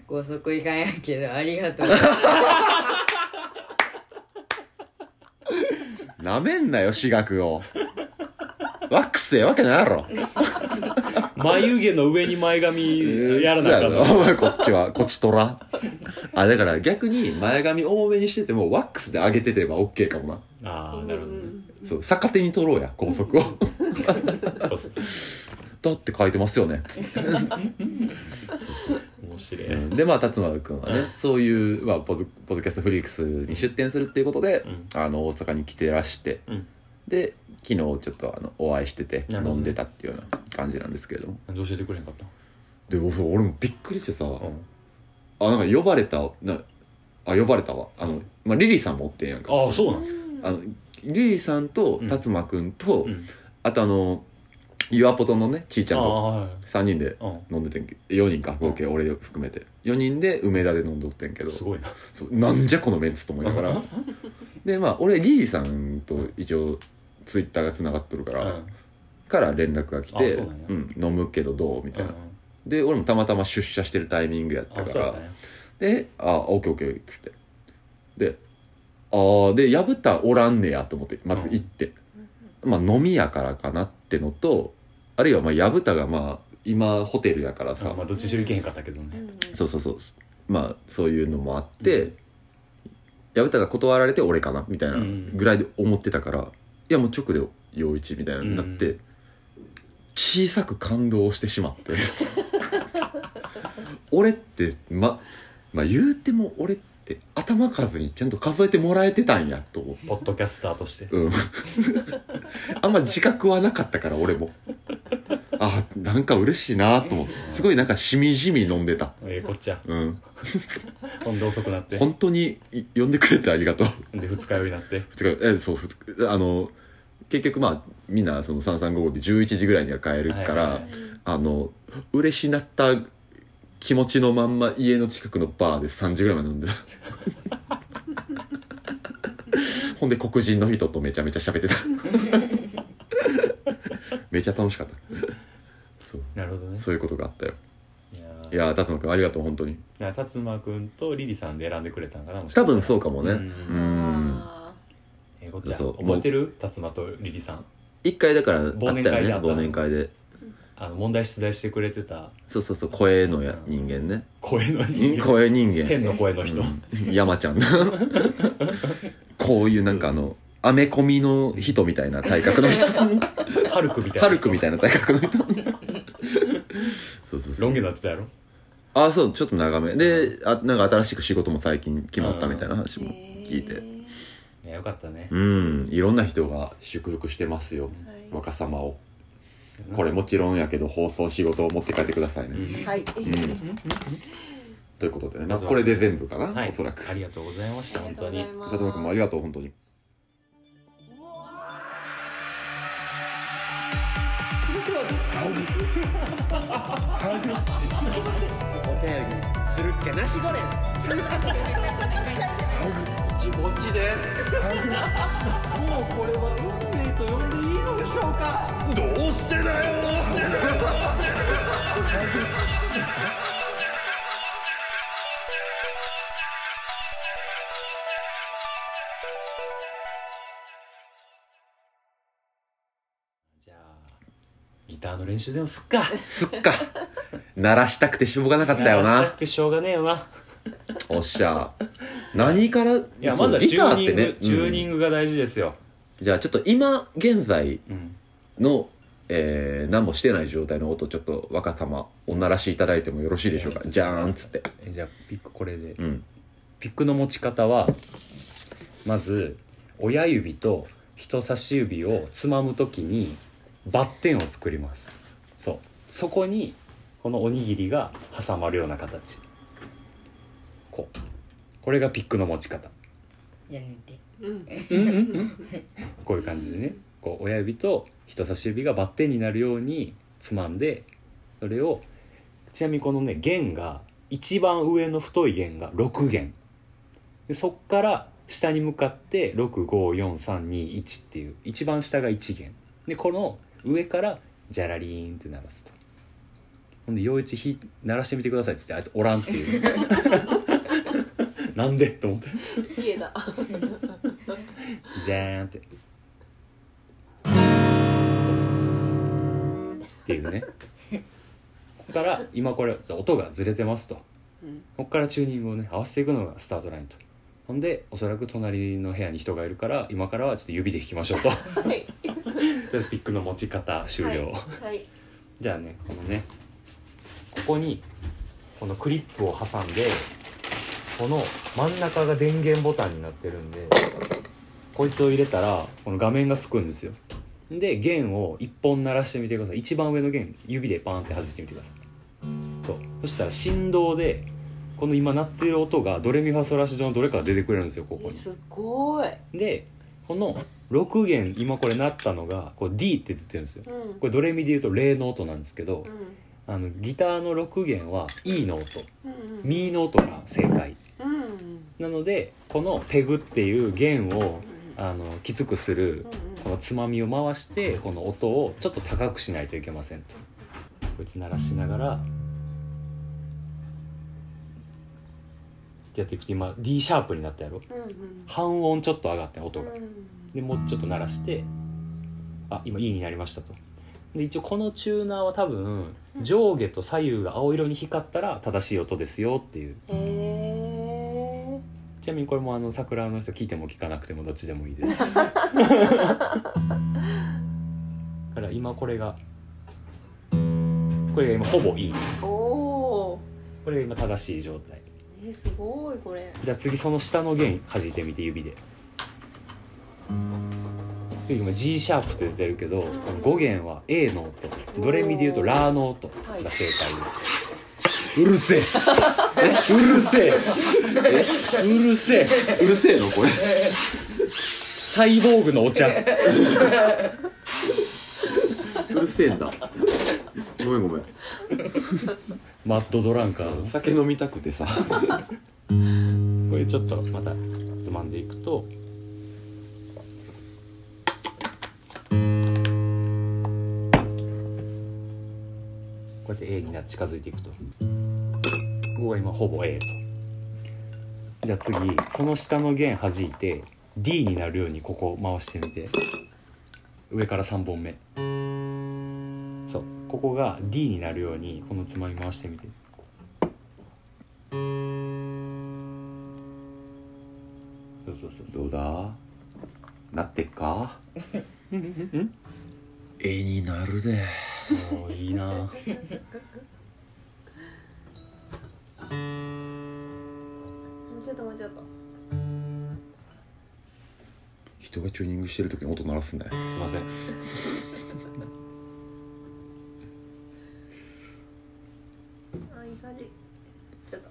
D: 高速違反やけどありが
B: [laughs]
D: とう
B: なめんなよ私学をワックスやわけないやろ
A: 眉毛の上に前髪やらなあかん
B: そうやな
A: の
B: お前こっちはこっちとらあだから逆に前髪重めにしててもワックスで上げててれば OK かもな
A: ああなるほどね
B: そう逆手に取ろうや高速を
A: [laughs] そうそうそう
B: だって書いてますよね、
A: 面白い、う
B: う
A: ん
B: んでまあ辰馬君はね、
A: うん
B: そういう、まあ、ポズポッドキャストフリークスに出店するっていうことで、あの大阪に来てらして、
A: うん
B: で昨日ちょっとあのお会いしてて
A: なるほどね
B: 飲んでたっていうような感じなんですけれども
A: なんで教えてくれへんかった
B: で俺俺もびっくりしてさ、
A: うん
B: あなんか呼ばれたなあ呼ばれたわあの、まあ、リリーさんもおってんやんか
A: ああそうなん
B: あのリリーさんと
A: うん
B: 達馬君と、
A: うん
B: あとあのユアポトのねちいちゃん
A: あ
B: と
A: あはい
B: 3人で
A: う
B: 飲んでてんけ4人か合計俺含めて4人で梅田で飲んどってんけど
A: んすごいな
B: そうなんじゃこのメンツと思いながらでまあ俺リリーさんと一応ツイッターがつながっとるか
A: う
B: ら、
A: ん
B: から連絡が来て
A: あそうなんや
B: ん飲むけどどう?」みた
A: う
B: いな、
A: ん
B: で俺もたまたま出社してるタイミングやった
A: あ
B: か
A: そう
B: ら
A: だったんや
B: で「あオッケーオッケー」っつってで「ああで薮田おらんねや」と思ってまず行って、まあ飲みやからかなってのとあるいはまあ薮田がまあ今ホテルやからさ、
A: あまあどっちにしろいけへんかったけどね
B: そうそうそうまあそういうのもあって、
A: う
B: 薮田が断られて俺かなみたいなぐらいで思ってたから、いやもう直で陽一みたいなになって、
A: う
B: 小さく感動してしまって [laughs] 俺ってままあ言うても俺って頭数にちゃんと数えてもらえてたんやと思う
A: ポッドキャスターとして
B: うん [laughs] あんま自覚はなかったから俺もあなんか嬉しいなと思ってすごいなんかしみじみ飲んでた
A: ええこっちゃ
B: うん
A: ほんで遅くなって
B: 本当にい呼んでくれてありがとう [laughs]
A: で二日酔いになって
B: 二日えそう二日あの結局まあみんなその3355で11時ぐらいには帰る
A: はい
B: から、
A: はいはい
B: あの嬉しなった気持ちのまんま家の近くのバーで3時ぐらいまで飲んでた
A: [laughs]
B: ほんで黒人の人とめちゃめちゃ喋ってためちゃ楽しかったそう
A: なるほどね
B: そういうことがあったよ
A: いやー
B: いやー辰馬君ありがとう本当に
A: だから辰馬君とリリさんで選んでくれたんかなもしかした
B: 多
A: ら
B: 分そうかもね
A: う
B: うん
C: うん
B: ん
C: あ
A: えーこっちゃ
B: そう
A: 覚えてる辰馬とリリさん
B: 一回だからあった
A: 忘
B: よね
A: 年会であった
B: 忘年会で
A: あの問題出題してくれてた
B: そうそうそう声のや人間ね
A: 声の
B: ん
A: 人間
B: 声人
A: [laughs]
B: 間
A: 天の声の人、
B: うん山ちゃん [laughs] こういうなんかあのアメコミの人みたいな体格の
A: [laughs]
B: 人
A: ハルクみたいな
B: ハルクみたいな体格の
A: [laughs]
B: 人そうそうそ
A: ロン
B: う
A: 毛になってたやろ
B: あそうちょっと長めであなんか新しく仕事も最近決まったみたいな話
C: ー
B: も聞いて
C: へー
A: いやよかったね、
B: うんいろんな人が祝福してますよ
C: は
B: 若様をこれもちろんやけど放送仕事を持って帰ってくださいね、
C: い、はい、
B: うんということで、ま
A: ま
B: あ、
A: ずは
B: これで全部かな、
A: はい、
B: おそらく
A: ありがとうございました
C: あり
A: 本
C: がとう
A: 当
C: ござ
A: に
C: います
B: 佐藤君もありがとう本当に
E: するっけなしゴレンぼちですもうこれは運命と呼んでいいのでしょうかどうしてだよどうしてだよどうしてだよ
A: じゃあギターの練習でもすっか
B: すっか鳴らしたくてしょうがなかったよ
A: いやした
B: な
A: くてしょうがねえよな
B: おっしゃ何からい
A: いやまずはチューニング、チューニン
B: グ
A: グが大事ですよ、
B: じゃあちょっと今現在
A: うん、
B: の、えー、何もしてない状態の音ちょっと若様お鳴らしいただいてもよろしいでしょうかじゃーんっつって
A: えじゃあピックこれで
B: うん
A: ピックの持ち方はまず親指と人差し指をつまむときにバッテンを作りますそうそこにこのおにぎりが挟まるような形こうこれがピックの持ち方
D: いやねって
C: うん、
A: こういう感じでねこう親指と人差し指がバッテンになるようにつまんでそれをちなみにこのね弦が一番上の太い弦が6弦でそっから下に向かって654321っていう一番下が1弦でこの上からジャラリーンって鳴らすとほんで陽一ひ鳴らしてみてくださいっつってあいつおらんっていうなんでと思って
C: 家だ。
A: じゃーんってそうそうそうそうっていうねここから今これ音がずれてますと
C: うん、
A: ここからチューニングをね合わせていくのがスタートラインとほんでおそらく隣の部屋に人がいるから今からはちょっと指で弾きまし [laughs] ょうとと
C: はい、
A: りあえずピックの持ち方終了、
C: はい、
A: じゃあねこのねここにこのクリップを挟んでこの真ん中が電源ボタンになってるんでこいつを入れたらこの画面がつくんですよで弦を1本鳴らしてみてください一番上の弦指でパーンって弾いてみてくださいそうそしたら振動でこの今鳴ってる音がドレミファソラシドのどれかが出てくれるんですよここ
C: え
A: に
C: すごい。
A: でこの6弦今これ鳴ったのがこう D って出てるんですよ
C: うん、うん
A: これドレミで言うとレの音なんですけど、あのギターの6弦は E の音
C: うん、うん、
A: ミの音が正解
C: うん、うん、うん、
A: なのでこのペグっていう弦をあのきつくするこのつまみを回してこの音をちょっと高くしないといけませんとこいつ鳴らしながらやっていくと今 D シャープになったやろ
C: うん、うん、
A: 半音ちょっと上がってん音が
C: うん
A: でもうちょっと鳴らしてあ今 E になりましたとで一応このチューナーは多分
C: うん
A: 上下と左右が青色に光ったら正しい音ですよっていう
C: へえ。
A: ちなみにこれもあの桜の人聞いても聞かなくてもどっちでもいいです
C: [laughs]
A: だから今これがこれが今ほぼいい
C: おお。
A: これが今正しい状態
C: えすごいこれ。
A: じゃあ次その下の弦弾いてみて指で次今 G シャープって出てるけどこの5弦は A の音ドレミでいうとラーの音が正解です、うるせえ [laughs] えうるせええうるせえ
B: うるせえのこれ
A: [laughs] サイボーグのお茶
B: うるせえんだごめんごめん
A: マッドドランカー
B: お
A: の
B: 酒飲みたくてさ
A: これちょっとまたつまんでいくとこうやって A にな近づいていくとここが今ほぼ A とじゃあ次その下の弦弾いて D になるようにここ回してみて上から3本目そうここが D になるようにこのつまみ回してみてそうそうそうそ
B: どうだなってっか絵になるぜ
A: おーいいな
C: もうちょっともうちょっと。
B: 人がチューニングしてる時に音鳴らすね
A: すいません
F: あいい感じちょっと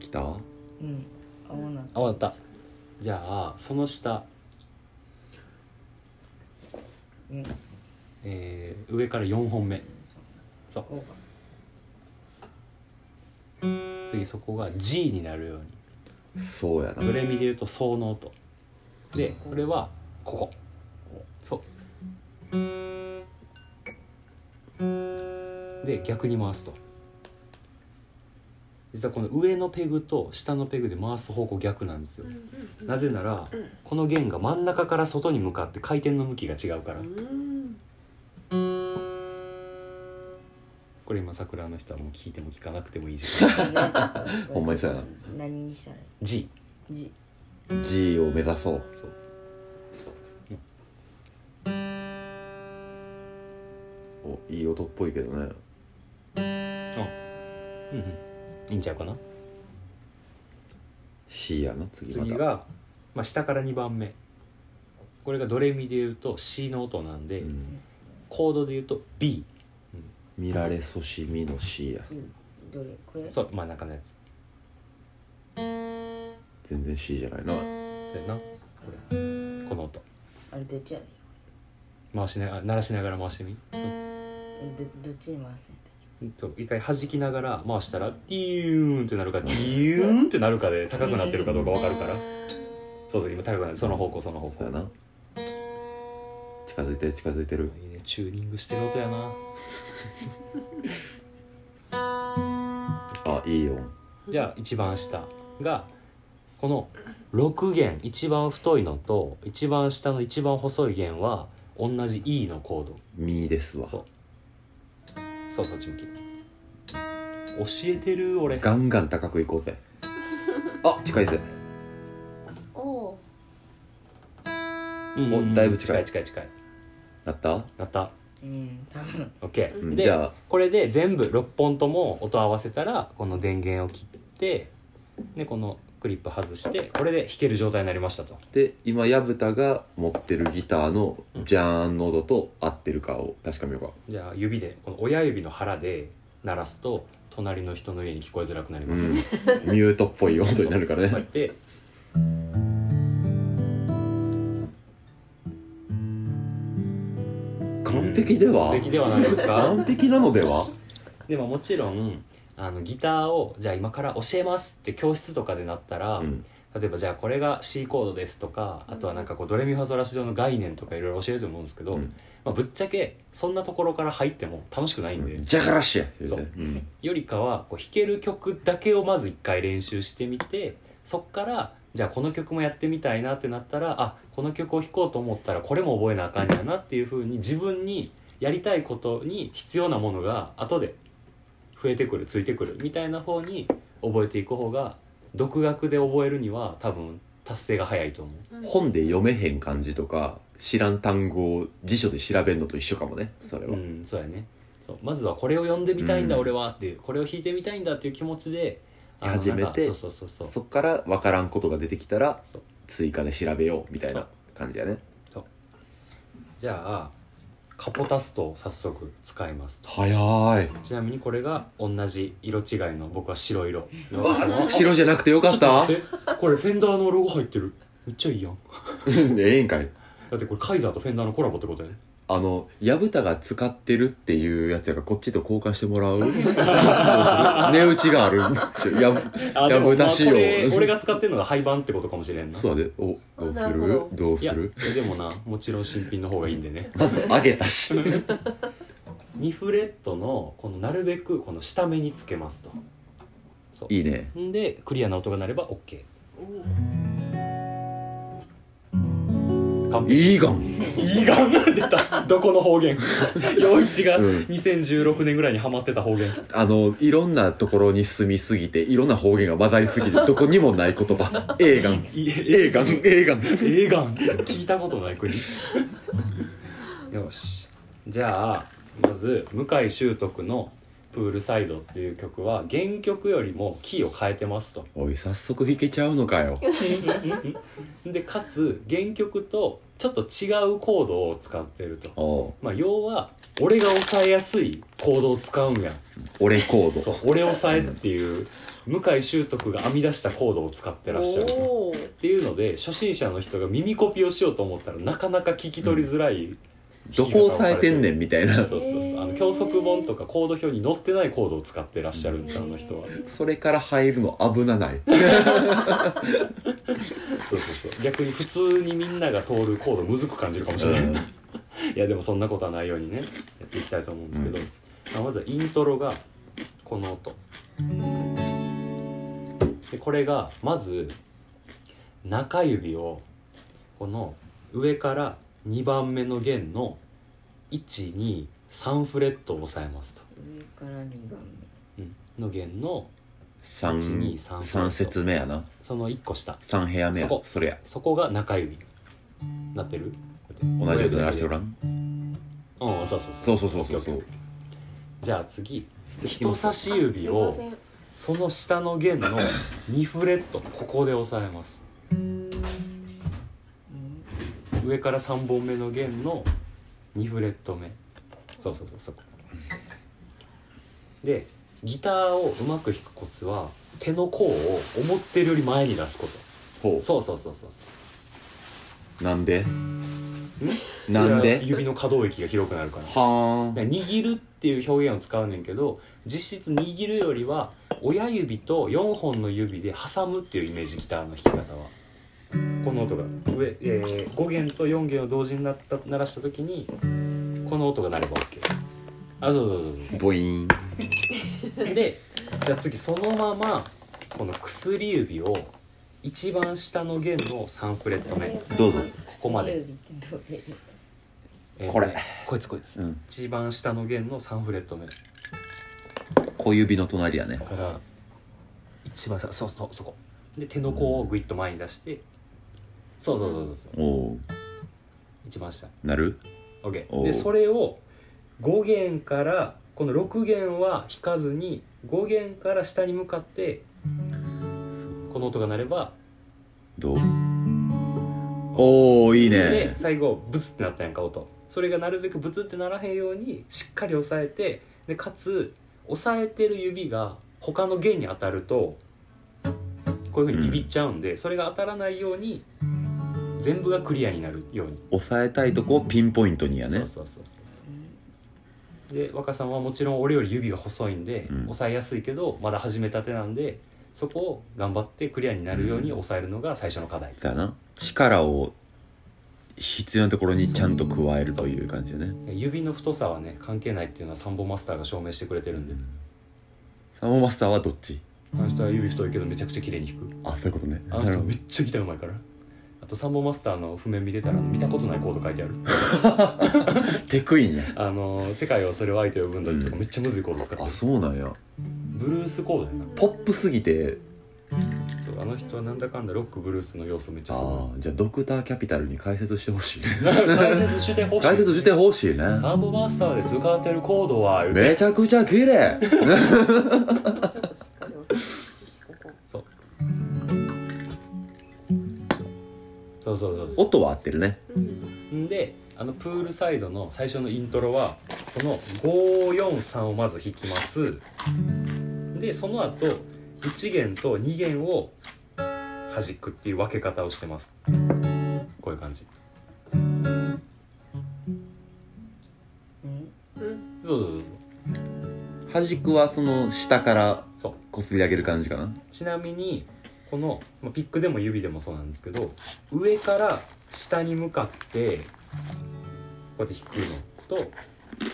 B: 来た
D: うん合わな
A: あ終わったじゃあその下、
D: うん
A: えー上から4本目そう
D: こうか
A: 次そこが G になるように
B: そうやな
A: ドレミで言うと「ソ」の音でこれはここそうで逆に回すと実はこの上のペグと下のペグで回す方向逆なんですよなぜなら
C: うん
A: この弦が真ん中から外に向かって回転の向きが違うから
C: うん
A: これ今桜の人はもう聞いても聞かなくてもいい時間
B: [laughs] ほんまにそうやな
D: 何にしたらい
A: G
D: いじ
B: G を目指そう
A: そう
B: おいい音っぽいけどね
A: うんうんいいんちゃうかな
B: C やな次ま
A: 次
B: た
A: が、まあ、下から2番目これがドレミで言うと C の音なんで、
B: うん
A: コードで言うと B
B: 見られそしみの C や
D: どれこれ
A: そう真ん中のやつ
B: 全然 C じゃないな
A: だよなこれこの音
D: あれどっちやね
A: 回しながら鳴らしながら回してみ、
D: んどどっちに回すんやったっ
A: うんそう一回弾きながら回したらディーンってなるかディーンってなるかで高くなってるかどうか分かるからそうそう今高くなってるその方向その方
B: そう
A: 向
B: やな近づいてる近づいてる
A: いいねチューニングしてる音やな
B: あいいよ
A: じゃあ一番下がこの6弦一番太いのと一番下の一番細い弦は同じ E のコード
B: みですわ
A: そうそうそっち向き教えてる俺
B: ガンガン高くいこうぜあ近いぜ
C: おう
A: うんうんうん
B: おだいぶ近い
A: 近い近い近い
B: なった、
A: なった
D: けうん多分
A: OK、
B: うん、
A: で
B: じゃあ
A: これで全部6本とも音合わせたらこの電源を切ってでこのクリップ外してこれで弾ける状態になりましたと
B: で今薮田が持ってるギターのジャーンの音と合ってるかを確かめようか
A: じゃあ指でこの親指の腹で鳴らすと隣の人の家に聞こえづらくなります、
B: うん、ミュートっぽい音になるか
A: [laughs]
B: ら
A: こうやっ
B: ね
A: て
B: 完璧では
A: 完璧ではないですか
B: 完璧なのでは
A: でももちろんあのギターをじゃあ今から教えますって教室とかでなったら、
B: うん
A: 例えばじゃあこれが C コードですとかあとはなんかこうドレミファソラシドの概念とかいろいろ教えると思うんですけど、
B: うん
A: まあ、ぶっちゃけそんなところから入っても楽しくないんで、
B: ジャガラッシュや言
A: そう
B: てうん
A: よりかはこう弾ける曲だけをまず一回練習してみてそっからじゃあこの曲もやってみたいなってなったらあこの曲を弾こうと思ったらこれも覚えなあかんやなっていうふうに自分にやりたいことに必要なものが後で増えてくるついてくるみたいな方に覚えていく方が独学で覚えるには多分達成が早いと思う
B: 本で読めへん漢字とか知らん単語を辞書で調べんのと一緒かもねそれは、
A: うんそうやねそうまずはこれを読んでみたいんだ
B: うん
A: 俺はっていうこれを弾いてみたいんだっていう気持ちであの
B: 始めて
A: なんかそうそうそうそう
B: そっから分からんことが出てきたら
A: そう
B: 追加で調べようみたい
A: そ
B: な感じやね
A: じゃあカポタストを早速使いますと
B: 早い
A: ちなみにこれが同じ色違いの僕は白色の
B: わ白じゃなくてよかった
A: えこれフェンダーのロゴ入ってるめっちゃいいやん
B: [laughs] ええんかい
A: だってこれカイザーとフェンダーのコラボってことやね
B: あの薮田が使ってるっていうやつやからこっちと交換してもらう
C: [laughs]
B: 値打ちがあるちょやぶ
A: あ
B: やぶ出しよ
A: これ俺が使ってるのが廃盤ってことかもしれんな
B: そうだねおどうす
C: なる
B: る
C: ほ
B: どう
A: い
B: す
A: や
B: る
A: でもなもちろん新品の方がいいんでね
B: まず上げたし
A: 2フレットのこのなるべくこの下目につけますと
B: いいね
A: んでクリアな音が鳴れば OK 完
B: いいがん
A: いいがん出たどこの方
B: [laughs]
A: 言陽一が
B: うん
A: 2016年ぐらいにハマってた方言
B: あのいろんなところに住みすぎていろんな方言が混ざりすぎてどこにもない言葉 A がん
A: いえ
B: A がん A がん
A: 映画聞いたことない
B: [laughs]
A: 国よしじゃあまず向井秀徳のプールサイド」っていう曲は原曲よりもキーを変えてます
B: [laughs]
A: と。
B: おい早速弾けちゃうの
C: [laughs]
B: かよ
A: でかつ原曲とちょっと違うコードを使ってると。
B: おう
A: まあ、要は俺が抑えやすいコードを使うんやん
B: 俺コー
A: そ
B: ド
A: う俺抑えっていう向井秀徳が編み出したコードを使ってらっしゃるっ
C: おー
A: ていうので初心者の人が耳コピーをしようと思ったらなかなか聞き取りづらい、
B: どこ押さえてんねんみたいな
A: そうそうそう、あ
C: へ
A: の
C: ー
A: 教則本とかコード表に載ってないコードを使ってらっしゃるんですあの人は
B: それから入るの危なない
A: そうそうそう逆に普通にみんなが通るコードむずく感じるかもしれない、いやでもそんなことはないようにねやっていきたいと思うんですけど、
B: うん
A: まあまずはイントロがこの音でこれがまず中指をこの上から2番目の弦の123フレットを押さえますと、
D: 上から2番
A: うんの弦の
B: 3
A: 123
B: 三節目やな
A: その1個下
B: 3部屋目や
A: そこ
B: それや
A: そこが中指なってる
B: 同じ音鳴らしてごら
A: ん
B: ん
A: うんそうそ
B: そううそうそうそうそう
A: じゃあ次人差し指を
F: すいま
A: その下の弦の2フレットここで押さえます上から3本目の弦の2フレット目そうそうそうそこでギターをうまく弾くコツは手の甲を思ってるより前に出すこと
B: ほ
A: そうそうそうそう
B: うなんでなん
A: いや
B: で
A: 指の可動域が広くなるから
B: は
A: だから握るっていう表現を使うねんけど実質握るよりは親指と4本の指で挟むっていうイメージギターの弾き方はこの音が上、え5弦と4弦を同時になった鳴らした時にこの音が鳴れば OK あそうそうそう
B: ーんボイーン
A: そうでじゃあ次そのままこの薬指を一番下の弦の3フレット目
F: せん
A: こ
B: どうぞ
A: こまで、えーとね
B: これ
A: こいつこいつ
B: うん
A: 一番下の弦の3フレット目
B: 小指の隣やね
A: から一番さそうそうそこで手の甲をグイッと前に出してそうそうそうそうそう
B: おう
A: 一番下
B: なる
A: OK
B: おう
A: でそれを5弦からこの6弦は弾かずに5弦から下に向かってこの音が鳴れば
B: どうおおいいね
A: で最後ブツってなったやんか音それがなるべくブツってならへんようにしっかり押さえてでかつ押さえてる指が他の弦に当たるとこういうふうにビビっちゃうんで、それが当たらないように全部がクリアになるように
B: 抑えたいとこをピンポイントにや
A: そうそ
B: ね
A: うそうそうで若さんはもちろん俺より指が細いんで、
B: うん
A: 押さえやすいけどまだ始めたてなんでそこを頑張ってクリアになるように押さえるのが最初の課題、
B: だな力を必要なところにちゃんと加えるという感じよね
A: 指の太さはね関係ないっていうのはサンボマスターが証明してくれてるんで
B: サモマスターはどっち
A: あの人は指太いけどめちゃくちゃ綺麗に弾く
B: あそういうことね
A: あの人めっちゃギターうまいからあとサンボマスターの譜面見てたら見たことないコード書いてある
B: テクインや
A: あの「世界をそれを愛と呼ぶんだ」とか
B: うん
A: めっちゃむずいコード使って
B: あ
A: る
B: そうなんや
A: ブルースコードやな
B: ポップすぎて
A: そうあの人はなんだかんだロックブルースの要素めっちゃす
B: あ
A: ご
B: あじゃあドクターキャピタルに解説してほし
A: [laughs]
B: い
A: い解説してほしい
B: 解説してほしいね
A: サンボマスターで使ってるコードは言うて
B: めちゃくちゃ綺麗
C: もうちょっとしっかり押さえてここ
A: そうそうそうそうそう
B: 音は合ってるね
A: んであのプールサイドの最初のイントロはこの543をまず弾きますでその後1弦と2弦を弾くっていう分け方をしてますこういう感じそうそうそう
B: 端くはその下から
A: そうそう
B: こすり上げる感じかな
A: ちなみにこの、まあ、ピックでも指でもそうなんですけど上から下に向かってこうやって弾くのと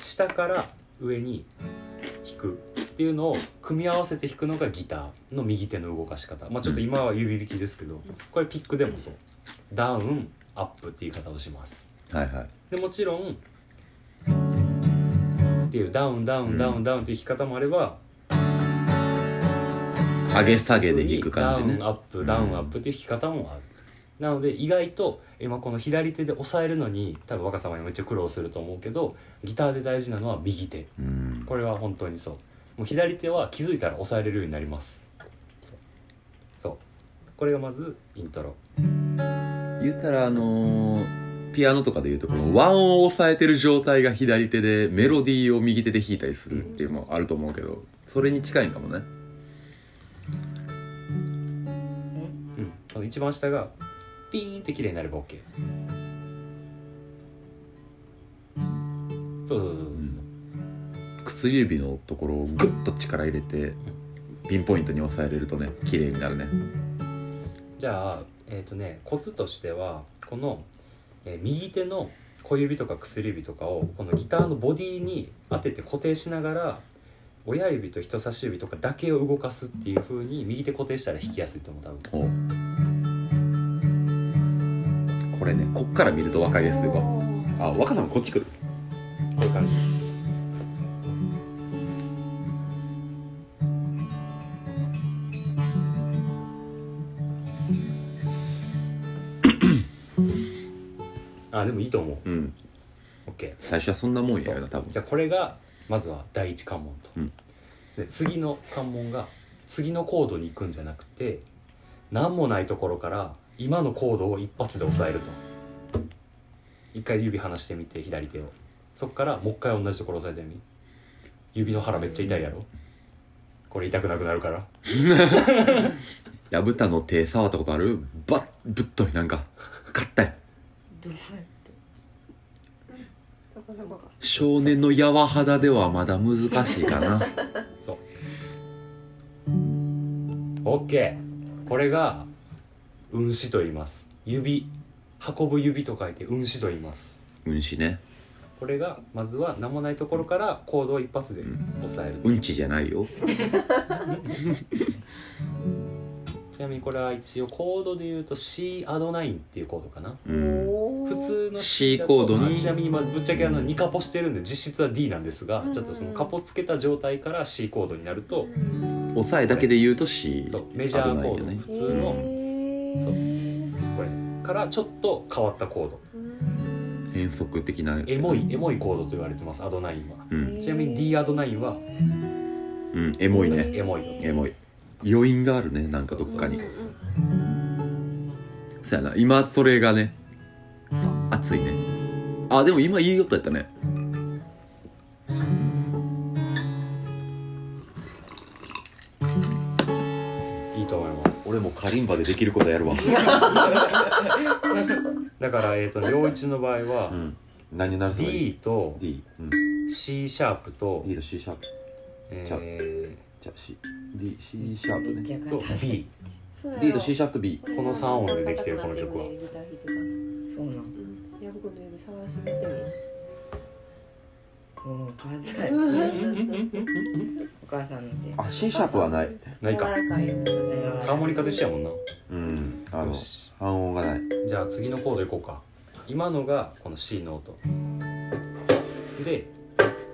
A: 下から上に弾くっていうのを組み合わせて弾くのがギターの右手の動かし方まあちょっと今は指弾きですけどこれピックでもそうダウンアップっていう言い方をします
B: はいはい
A: でもちろんっていうダウンダウンダウンダウンっていう弾き方もあれば、
B: 上げ下げで弾く感じね
A: ダウンアップダウンアップっていう弾き方もある、なので意外と今この左手で押さえるのに多分若様にめっちゃ苦労すると思うけどギターで大事なのは右手
B: うん
A: これは本当にそうもう左手は気づいたら押さえれるようになりますそうこれがまずイントロ
B: 言ったらあのーピアノとかで言うとこの和音を押さえてる状態が左手でメロディーを右手で弾いたりするっていうのもあると思うけどそれに近いんかもね
A: うんあの一番下がピーンって綺麗になれば OK そうそうそうそう
B: 薬指のところをグッと力入れてピンポイントに押さえれるとね綺麗になるね
A: じゃあえっ、とねコツとしてはこの、えー右手の小指とか薬指とかをこのギターのボディに当てて固定しながら親指と人差し指とかだけを動かすっていう風に右手固定したら弾きやすいと思う多分
B: おこれねこっから見ると分かりやすいわあ若さんこっち来る
A: こういう感じあでもいいと思う
B: うん
A: OK
B: 最初はそんなもんやよな多分
A: じゃあこれがまずは第一関門と、
B: うん
A: で次の関門が次のコードに行くんじゃなくて何もないところから今のコードを一発で押さえると一回指離してみて左手をそっからもう一回同じところ押さえてみ指の腹めっちゃ痛いやろこれ痛くなくなるから
B: 矢蓋の手触ったことあるばっぶっといなんか買ったよ
D: どうやって
F: そこそこ
B: 少年の柔肌ではまだ難しいか
A: [laughs]
B: な
A: そう OK これが運指と言います指運ぶ指と書いて運指と言います
B: うんしね
A: これがまずは何もないところからコードを一発で押さえる、
B: うんちじゃないよ
A: ちなみにこれは一応コードで言うと C アドナインっていうコードかな
B: うん
A: 普通の
B: C
A: だと
B: コードに
A: あちなみに今ぶっちゃけあの2カポしてるんで実質は D なんですが、
F: うん
A: ちょっとそのカポつけた状態から C コードになると、
B: 押さえだけで言うと C
A: そうメジャーコード、
B: 危ないよね
A: 普通のそうこれからちょっと変わったコード
B: 変則的な
A: エモいエモいコードと言われてますアドナインは
B: うん、
A: ちなみに D アドナインは
B: うん、エモいね
A: エモいの
B: エモい余韻があるねなんかどっかに
A: そうそうそう
B: そやな今それがね熱いねあでも今いい音やったね
A: いいと思います
B: 俺もカリンバでできることやるわ、
A: だからえっ、と両一の場合
B: う
A: は
B: ん、何になるそれ
A: D と
B: D、うん、
A: C シャープと
B: D と C シャープ
A: え
B: じゃあ C D C シャープね
D: じゃ
A: ーと
D: あ
A: B
B: D と C シャープと B
A: この三音でできてるこの曲は
D: そうなん
F: 矢部君の指触らせてみてみ
D: もう簡単
F: う
D: お
F: ん
D: 母さんの手
B: あ C シャープはない
A: ないか
F: 柔らかいよ
A: ハーモニカと一緒やもんな
B: うんあ
A: よ
B: の
A: し
B: 半音がない
A: じゃあ次のコードいこうか今のがこの C の音で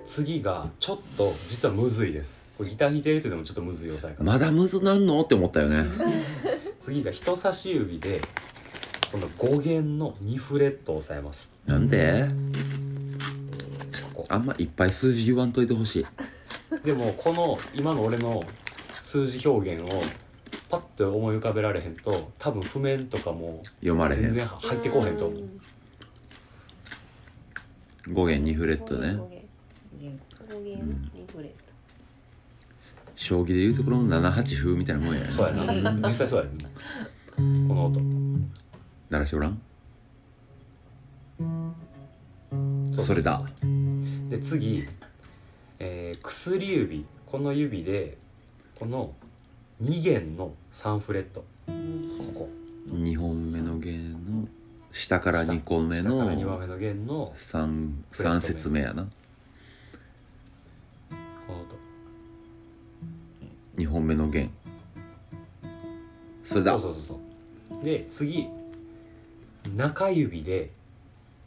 A: 次がちょっと実はむずいですこれギター弾いてる人でもちょっとむずい押さえ方
B: まだむずなんのって思ったよね
A: 次が人差し指でこの5弦の2フレットを押さえます
B: なんで
A: ここ
B: あんまいっぱい数字言わんといてほしい
A: でもこの今の俺の数字表現をパッと思い浮かべられへんと多分譜面とかも
B: 読まれへ
A: 全
B: ん
A: 然入ってこへんと思う
B: 5弦2フレットね
F: 語源に触れ
B: 将棋でいうところの7八風みたいなもんやね
A: そうやな実際そうやねこの音
B: 鳴らしてごらん
A: そう
B: それだ
A: で次、えー薬指この指でこの2弦の3フレットここ
B: 2本目の弦の下から
A: 下
B: 2個目
A: 下から2番
B: の
A: 目の弦の
B: 3,
A: フレット目
B: 3節目やな
A: この音
B: 2本目の弦それだ
A: そうそうそうそうで次中指で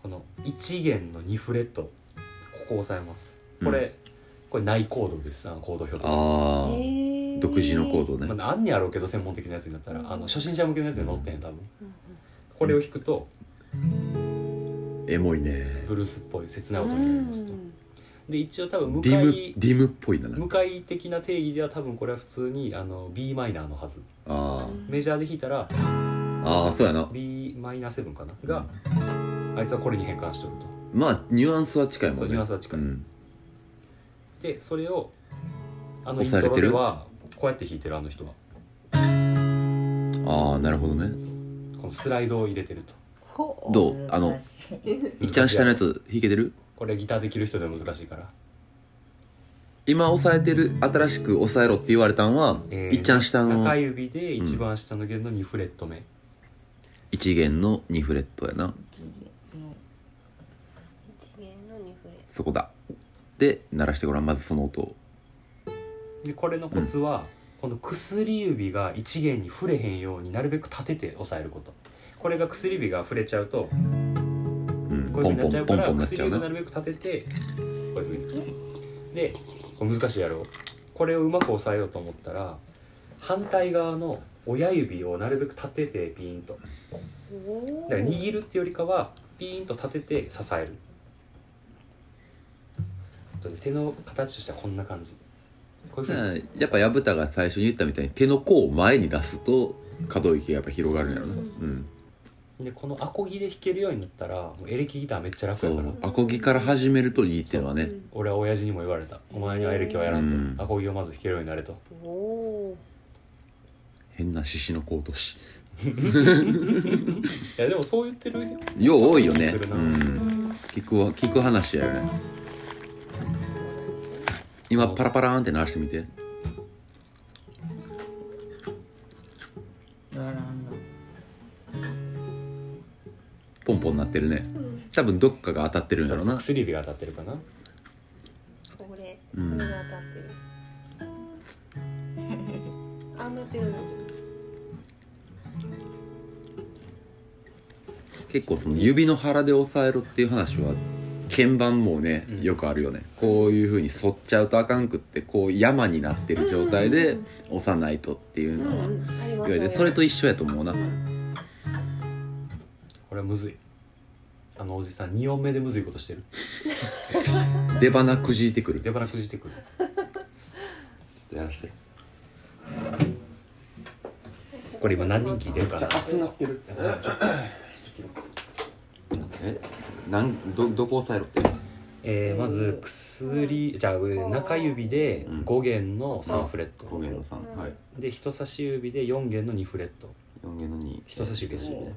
A: この1弦の2フレットここを押さえますこれ、これないコードですあのコード表
B: あ
F: た
B: ー
F: へー
B: 独自のコードね、
A: まあ、あんにあろうけど専門的なやつになったらあの初心者向けのやつに載ってへん多分
F: うん
A: これを弾くと
B: エモいね
A: ブルースっぽい切ない
F: うん
A: 音になりますと、で一応多分向
B: ディ
A: か
B: ム
A: い
B: ディムっぽいななん
A: 向
B: か
A: かい的な定義では多分これは普通にあの b マイナーのはず
B: あ
A: メジャーで弾いたら
B: ーあーそうやな
A: b マイナーセブンかながあいつはこれに変換しとると
B: まあニュアンスは近いもんね
A: そうニュアンスは近い
B: うん
A: でそれをあのイント
B: 押され
A: ロ
B: て
A: で
B: る
A: はこうやって弾いてるあの人は
B: ああなるほどね
A: このスライドを入れてると
F: ほ
B: どうあの
D: 難しい
B: 一番下のやつ弾けてる
A: これギターできる人でも難しいから
B: 今押さえてる新しく押さえろって言われたんは、
A: えー
B: 一番下の
A: 中指で一番下の弦の2フレット目、
B: 一弦の2フレットやな
F: 一元の二フレ
B: そこだで鳴らしてごらんまずその音を
A: でこれのコツは、この薬指が一弦に触れへんようになるべく立てて押さえることこれが薬指が触れちゃうと
B: うん
A: こう
B: ポ
A: いう
B: ン
A: 風
B: ポ
A: になっちゃうから
B: ンポンポンなっち
A: 薬
B: ゃう
A: 指を
B: な
A: なるべく立ててこういうふうにでこれ難しいやろこれをうまく押さえようと思ったら反対側の親指をなるべく立ててピーンと
F: お
A: だから握るってよりかはピーンと立てて支える手の形としてはこんな感じこういうふう
B: だ
A: に
B: からやっぱ薮田が最初に言ったみたいに手の甲を前に出すと可動域がやっぱ広がるんやろな
F: そううそうそうそうん
A: でこのアコギで弾けるようになったらもうエレキギターめっちゃ楽
B: そ
A: やから
B: うアコギから始めるといいっていうのはね
A: 俺は親父にも言われた「お前にはエレキはやら
B: うん
A: んとアコギをまず弾けるようになれと
F: おお
B: 変な獅子の甲とし」
A: いやでもそう言ってるよ
B: よう多いよね
A: する
B: う
A: なん
B: 聞くわ聞く話やよね今パラパラーンって鳴らしてみて
D: ならんな
B: ポンポンなってるね多分どっかが当たってるんだろうな
A: 薬指が当たってるかな
F: これ
B: う
F: こ
B: ん
F: れが当たってる
B: [laughs]
F: あんなってるの
B: 結構その指の腹で押さえろっていう話は鍵盤もね
A: うん
B: よくあるよね、こういうふうに反っちゃうとあかんくってこう山になってる状態で押さないとっていう
F: うん
B: のは、
F: うんあり
B: い
F: ま
B: わ
F: す
B: ゆ
F: よね
B: るそれと一緒やと思うな、
F: うん
A: これはむずいあのおじさん2音目でむずいことしてる
B: 出花くじいてくる
A: 出鼻くじってくる
B: やらして
A: これ今何人聞いてるかな
E: 熱なってる
B: えなんどどこ押さえろって
A: えー、まず薬じゃあ中指で5弦の3フレット、
B: 5弦の3はい
A: で人差し指で4弦の2フレット
B: 4弦の2
A: 人差し指
B: ね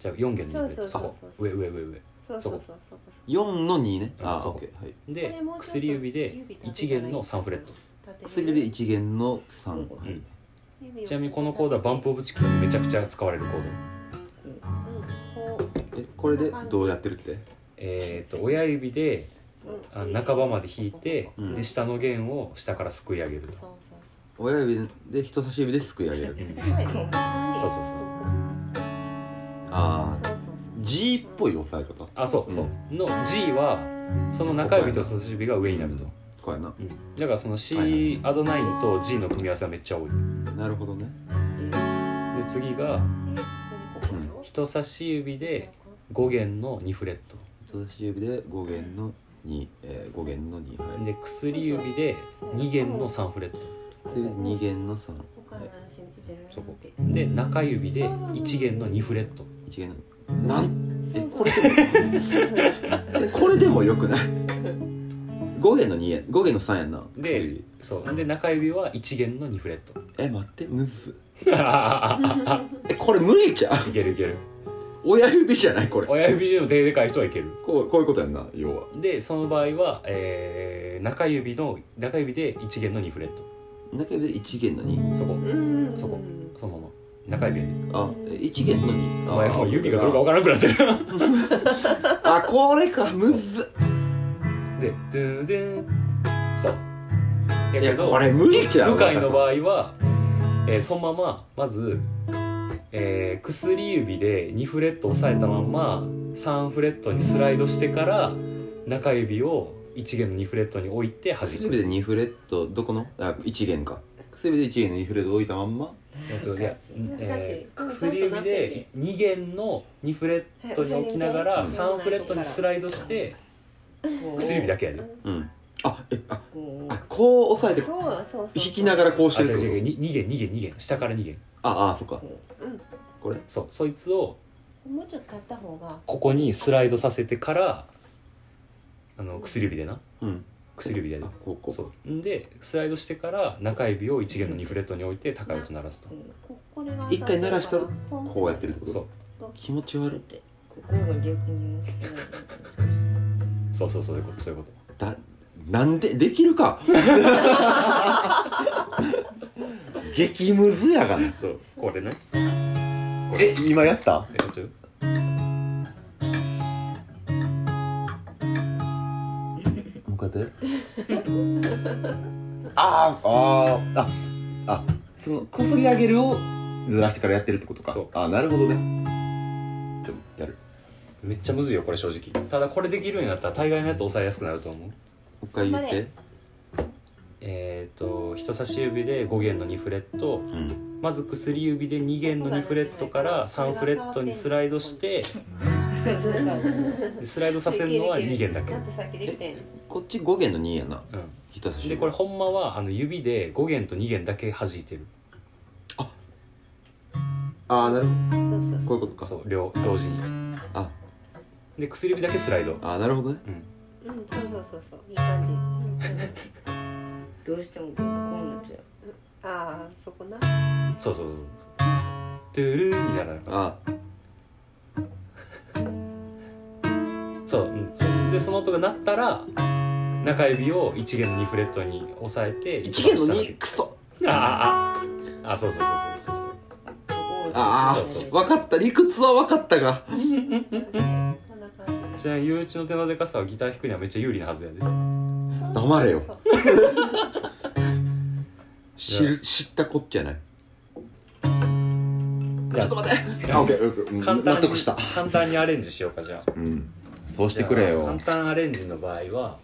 A: じゃあ4弦の2フレット
F: そうそうそうそう
A: 上上上上
F: そうそうそうそうそう
B: 4の2ね
A: うん
B: ああ
A: そう
B: オッケーはい
A: で薬指で1弦の3フレット
B: 薬指で1弦の3、
D: うん
B: はい
A: うんちなみにこのコードはバンプ・オブ・チキンにめちゃくちゃ使われるコード
F: うんこう
B: えこれでどうやってるって
A: えー、と親指であ半ばまで弾いて、
B: うん
A: で下の弦を下からすくい上げると、
F: そうそう
B: 親指で人差し指ですくい上げる
A: うん
F: そうはい
D: こう
A: そうそうそう
B: ああ
F: そうそう
B: G っぽい押さえ方
A: あそうそうの G はその中指と人差し指が上になると、
B: こうやな
A: うんだからその C、
B: はいはい
A: アドナインと G の組み合わせはめっちゃ多い、
B: なるほどね
A: で次が
F: そう
B: うん
A: 人差し指で5弦の2フレット
B: 人差し指で5弦の2、えー、5弦の2はい
A: で薬指で2弦の3フレット
B: それで2弦の31
F: ここから鳴らしてみてじゃあ
A: そこで中指で1弦の2フレット
B: 弦のなんえ
F: そうそう
B: これでもこれでもよくない5弦の2や5弦の3やんな
A: で
B: 薬指
A: そうで中指は1弦の2フレッ
B: [laughs]
A: ト
B: え待ってむず
A: い
B: えこれ無理じゃん
A: けるいける
B: [laughs] 親指じゃないこれこ
A: 親指でも手でかい人はいける
B: うこういうことやんな要は
A: でその場合は、えー中指の中指で1弦の2フレット
B: 中指で1弦の2
A: そこ
F: うん
A: そこそのまま中指やで
B: あえ1弦の2
A: お前もう指がどれか分からなくなってる [laughs]
B: あこれかむず
A: でドゥンドゥンそう
B: いやこれ無理じゃん
A: 向井の場合は、えーそのまままず、えー薬指で2フレット押さえたまんま3フレットにスライドしてから中指を1弦の2フレットに置いて弾
B: 薬指で
A: く
B: 2フレットどこのあ1弦か薬指で1弦の2フレット置いたまんま
A: えっといや
F: 難しい
A: えー薬指で2弦の2フレットに置きなが
F: は
A: ら
F: い
A: 3フレットにスライドして
D: こう
A: 薬指だけやで、
B: うんあえあ
D: こう
B: あこう押さえて
F: そうそうそう
B: 引きながらこうし
A: あ
B: て
A: 違う
B: るって
A: 違う
B: こ
A: に逃げ逃げ逃げ下から逃げ
B: とああそっか
D: こう
B: これ
A: そうそいつを
F: もうちょっと立った方が
A: ここにスライドさせてからあの薬指でな
B: うん
A: 薬指で
B: あ
A: や
B: こうこ
A: で
B: うそ
A: そうでスライドしてから中指を1弦の2フレットに置いて高い音鳴らすと
F: ここれが
B: 一回鳴らしたら
F: ポン
B: こうやってるってこと
A: そう
F: そう
B: 気持ち悪い
D: ここが逆に押してないみたいなそうそう
A: そうそうそういうことそういうこ
B: だなんでできるか [laughs] 激ムズやがな
A: とそうこれね
B: え今やった
A: えちょっと
B: もう一回やって [laughs] あーあーああそのこすり上げるをずらしてからやってるってことか
A: そう
B: あなるほどねちょっとやる
A: めっちゃむずいよこれ正直ただこれできるようになったら大概のやつ抑えやすくなると思う
B: もう一回言っ
F: 頑張
B: て
A: えっ、と人差し指で5弦の2フレット
B: うん
A: まず薬指で2弦の2フレットから3フレットにスライドして
D: そういう感じ
A: スライドさせるのは2弦だけ
F: だってさっきできてんの
B: こっち5弦の2やな
A: う
B: 人差し
A: ん、で
B: 指
A: これほんまはあの指で5弦と2弦だけ弾いてる
B: ああなるほ
F: そうそう
B: どこう
F: そう
B: いうことか
A: そう両同時に
B: あ
A: で薬指だけスライド
B: あーなるほどね
F: うんそうそうそうそういい感じうん
D: どうしてもこうなっちゃう
F: ああそこな
A: そうそうそうそうトゥルーにならなかっ
B: あ
A: たそう、うんそうでその音が鳴ったら中指を1弦の2フレットに押さえて
B: 1弦の2
A: 二
B: クソ
A: ああああそうそうそうそうそう
D: ここを
B: あ
A: そうそう
B: あ分かった理屈は分かったが
F: こんな感じ
A: ちなみにゆうちの手のでかさはギター弾くにはめっちゃ有利なはずやで
B: 黙れよ
F: そう
B: 知る知ったこっちゃないちょっと待ってあオッケーオッケーうん
A: 簡単に
B: 納得した
A: 簡単にアレンジしようかじゃあ
B: うんそうしてくれ
A: じゃあ
B: よ
A: 簡単アレンジの場合は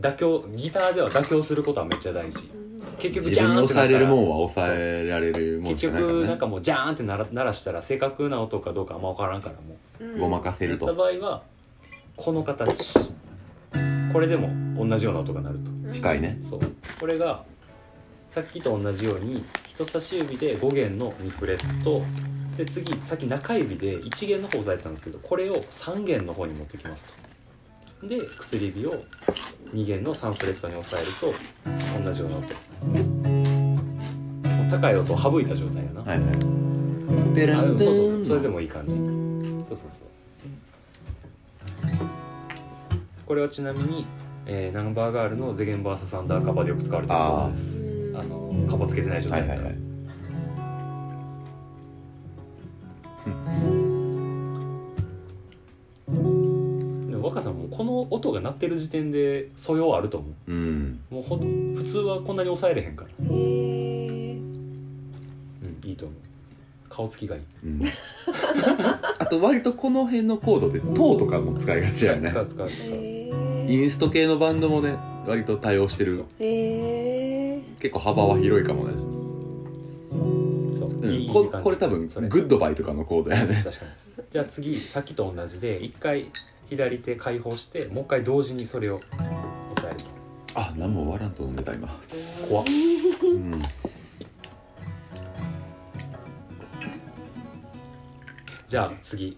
A: 妥協ギターでは妥協することはめっちゃ大事
F: うん
A: 結局
B: 自分に抑えれるもん
A: は
B: は抑えられるもん
A: 結
B: しかないか
A: 局
B: ら
A: なん
B: ね
A: かもうジャーンって鳴ら鳴らしたら正確な音かどうかあんま分からんからもう
F: うん
B: ごまかせる
A: やった
B: と
A: 場合はこの形これでも同じような音が鳴ると
B: 近いね
A: そうこれがさっきと同じように人差し指で5弦の2フレットで次さっき中指で1弦の方押さえてたんですけどこれを3弦の方に持ってきますとで薬指を2弦の3フレットに押さえると同じような音もう高い音を省いた状態やな、
B: はいはいペラ
A: あで
B: ン
A: も
B: ペ
A: そ
B: ン
A: うそうそれでもいい感じそうそうそうこれはちなみに、えーナンバーガールの「ゼゲンバーササンダーカバ」でよく使われてることです
F: うん
A: あのカバつけてない状
B: は
A: 態
B: い
A: だ
B: は
A: っ
B: い
A: た
B: は
A: ら
B: い
A: でも若さんもうこの音が鳴ってる時点で素養あると思
B: うん
A: うもうほん普通はこんなに抑えれへんから、
F: へえ
A: うん、いいと思う顔つきがいい
B: うん [laughs] あと割とこの辺のコードで「と」とかも使いがちやね
A: 使う使う使う
F: へ
B: イ
F: え
B: ンスト系のバンドもね割と対応してる
F: へえ
B: 結構幅は広いかもね、
A: そう
B: うん、
A: いい
B: こ
A: いい感じ
B: これ多分グ
A: それ
B: ッドバイとかのコードやね
A: 確かにじゃあ次さっきと同じで一回左手解放してもう一回同時にそれを押さえると
B: あ何も終わらんと飲んでた今
A: [laughs] 怖っ
B: うん
A: じゃあ次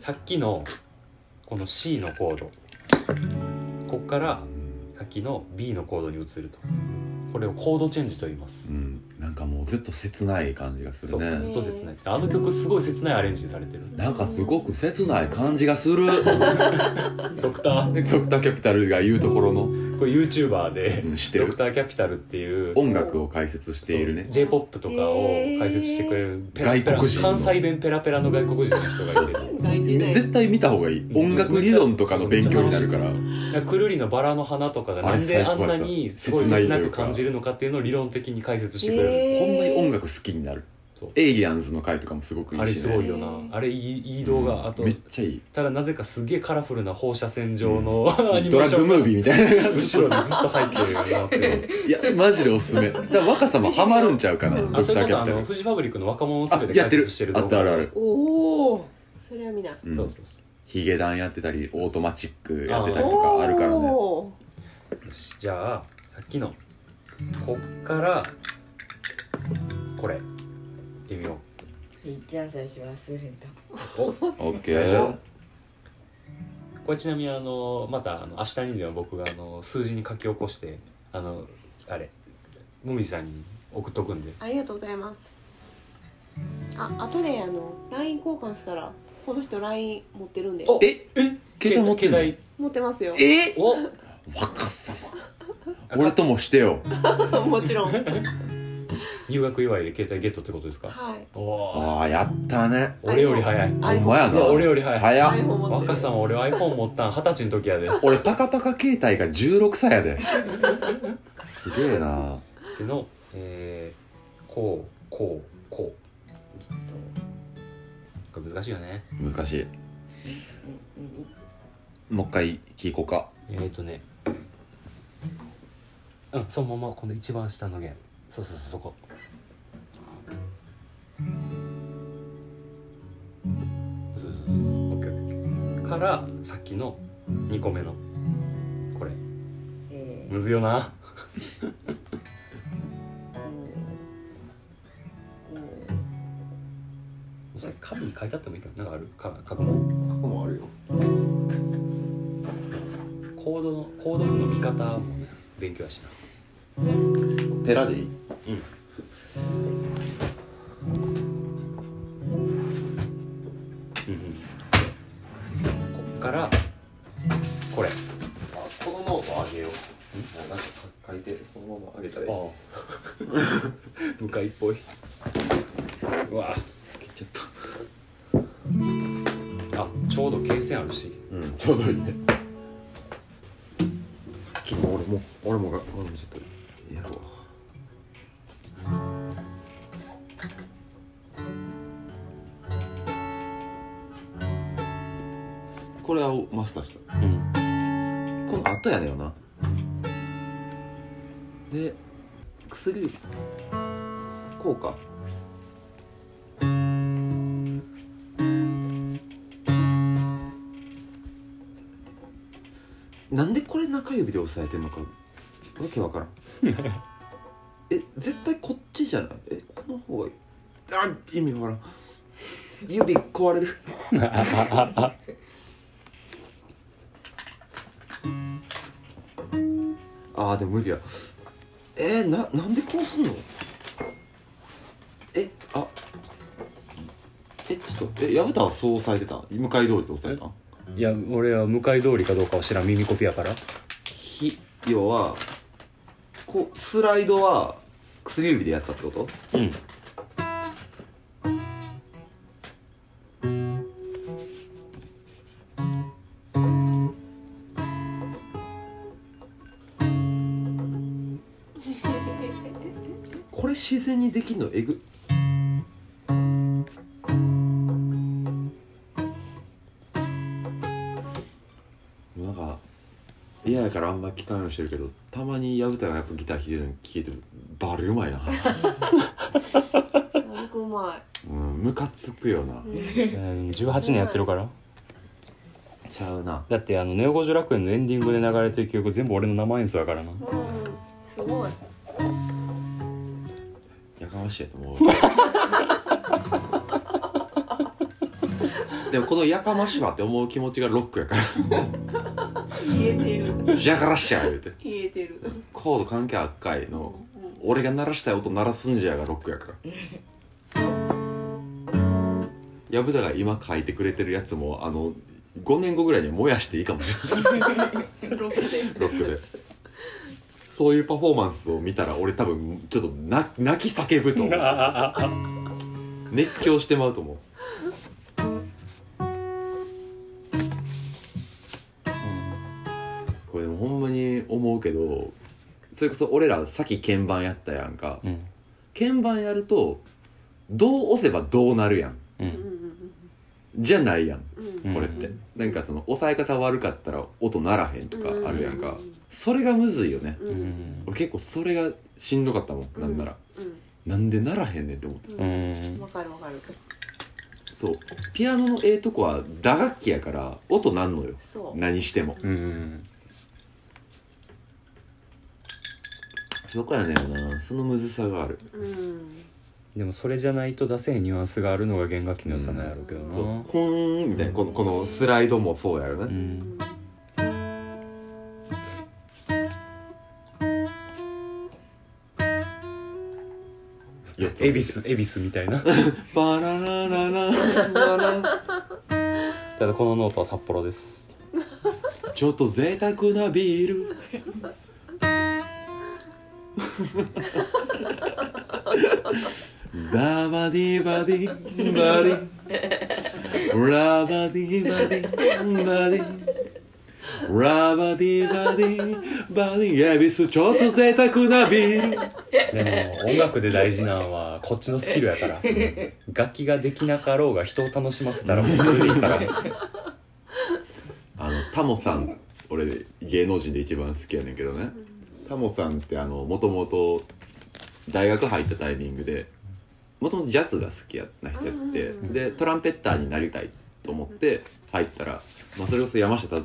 A: さっきのこの C のコードこっからさっきの B のコードに移るとこれをコードチェンジと言います
B: うんなんかもうずっと切ない感じがす
A: そ
B: る
A: うず
B: ね
A: っと切ないあの曲すごい切ないアレンジされてる
B: なんかすごく切ない感じがす
A: [laughs]
B: る
A: ドクター
B: ドクターキャピタルが言うところの、
A: これ YouTuber で
B: うん、知って
A: ド
B: る
A: クターキャピタルっていう
B: 音楽を解説しているね
A: j p o p とかを解説してくれるペラペラ
B: 外国人の
A: 関西弁ペラペラの外国人の人がいて
C: 外人だよ
B: 絶対見た方がいい音楽理論とかの勉強になるから
A: なんかくるりのバラの花とかがなん
B: あ
A: で
B: れ
A: あ
B: 最
A: ん
B: 高
A: な
B: やった
A: にすごい
B: 切ない
A: 切
B: と
A: な
B: いう
A: く
B: か
A: 感じるのかっていうのを理論的に解説してくれるんです
F: へー
B: ほんまに音楽好きになる
A: そう
B: エイリアンズの回とかもすごくい
A: あれ
B: いし
A: す
B: ね
A: ごいよなあれいいいい動画、
B: うん
A: あと
B: めっちゃいい
A: ただなぜかすげえカラフルな放射線状の、アニメ
B: ド
A: ー
B: ラッ
A: ショ
B: グ
A: ン
B: ムービーみたいな
A: が [laughs] 後ろにずっと入ってるよな
B: [laughs]
A: っていう
B: いやマジでおすすめだから若さもハマるんちゃうかな
A: あ
B: ド
A: そ
B: ク
A: れ
B: タ
A: こそあ
B: ーキャピタ
A: の
B: ル
A: フジファブリックの若者す
B: あ
A: べて
B: や
A: 解
B: ってる
A: 説してる
B: あ
A: 動
B: った
A: 画
B: あるある、
F: おおそれは見ない
B: うん
A: そうそうそう
B: ヒヒゲダンやってたりオートマチックやってたりとかあるからね
C: おー
A: よしじゃあさっきのこっからこれいってみよ
D: いっちゃん最初忘れた
A: うおこ
B: オッケ
A: 大丈
B: ー
A: れちなみにあのまたあの明日にでは僕があの数字に書き起こしてあのあれもみじさんに送っとくんで
F: ありがとうございますあ後であの LINE 交換したらこの人 LINE 持ってるんで
A: お
B: ええ携帯持ってんの
A: 携
F: 持ってますよ
B: え
A: 帯お
B: 若様俺ともしてよ
F: [laughs] もちろんはい
A: 入学祝いで携帯ゲットってことですかおお
B: ああやったね
A: 俺より早い
B: ほんまや
A: いや
B: な
A: 俺より早い
B: 早っ
F: iPhone 持ってる
A: 若さんは俺 iPhone 持ったん二十歳の時やでっ
B: 俺パカパカ携帯が16歳やですげえな
A: てのえー、こうこうこ
D: きっと
A: うこれ難しいよね
B: 難しい
D: うんうん
B: もう一回聞こうか
A: えっ、ー、とねうんそのままこの一番下の弦そうそうそうそこそうそうそうオッケーオッケーオッケーからさっきの二個目のこれ
D: えー
A: むずいよな
D: こうこう
A: それ紙に書いてあってもいいかななんかあるか過去も過去もあるよコードのコード譜の見方もね勉強やしな
B: 寺でいい
A: うんうんこっからこれ
B: このノートあげようなんか書いてこのままあげたらいい
A: あ [laughs] あ向かいっぽいうわ
B: 切っちゃった
A: あちょうど罫線あるし
B: うん、ちょうどいいね。さっきの俺も、俺もが、俺もちょっと、やろう。これはマスターした。
A: うん
B: この後やねよな。で、薬指。こうか。なんでこれ中指で押さえてんのかわけわからんえ絶対こっちじゃないえこの方がいいあ意味わからん指壊れるあーでも無理やえー、ななんでこうすんのえあえちょっとえ薮田はそう押さえてた向かい通りで押さえたん
A: いや俺は向かい通りかどうかを知らん耳コピやから
B: ひ要はこうスライドは薬指でやったってこと
A: うん
B: これ自然にできんのえぐなんか嫌やからあんま聞かんようにしてるけどたまに薮田がやっぱギター弾いてるの聞いてるバリうまいな、 [laughs]
F: 僕うま、
B: うん、ムカつくよない
F: うん
A: 18年やってるから
B: ちゃうな
A: だってあのネオ五条楽園のエンディングで流れてる曲全部俺の生演奏やからな
F: うん、すごい
B: やかましいと思う [laughs] でもこのやかましいわって思う気持ちがロックやから
F: 言えて
B: 「
F: る
B: じゃからっしゃ」言うて
F: 言えてる
B: コード関係あっかいの俺が鳴らしたい音鳴らすんじゃがロックやから薮田が今書いてくれてるやつもあの5年後ぐらいには燃やしていいかもしれない
F: ロックで
B: ロックでそういうパフォーマンスを見たら俺多分ちょっとな泣き叫ぶと思う熱狂してまうと思うこれでもほんまに思うけどそれこそ俺らさっき鍵盤やったやんか
A: うん
B: 鍵盤やるとどう押せばどうなるやん
A: う
F: うん
A: ん
B: じゃないやん
F: うんうん
A: うん
B: これって、なんかその押さえ方悪かったら音ならへんとかあるやんか、それがむずいよね
F: う
A: うんん
B: 俺結構それがしんどかったもんなんなら、
F: うん
B: なんでならへんねんって思っ
F: う
A: うんん
F: わかるわかる
B: そうピアノのええとこは打楽器やから音なんのよ
F: そう
B: 何しても
A: うん
B: そこやねんなそのむずさがある
F: うん
A: でもそれじゃないと出せへんニュアンスがあるのが弦楽器の良さなんやろうけどな、
B: そう「ほーん」みたいなこのこのスライドもそうやよ
A: う
B: ね
A: ん
B: 4つ
A: 恵比寿恵比寿みたいな
B: バララララララ
A: ただこのノートは札幌です
B: ちょっと贅沢なビールダバディバディバディラバディバディバディラバディバディバディエビスちょっと贅沢なビール
A: でも音楽で大事なのはこっちのスキルやから楽器ができなかろうが人を楽しませたらもうそれでいいから
B: あのタモさん俺芸能人で一番好きやねんけどねタモさんってあのもともと大学入ったタイミングでもともとジャズが好きやな人やって
F: うんうん
A: うん
B: でトランペッターになりたいと思って入ったら、まあ、それこそ山下たあ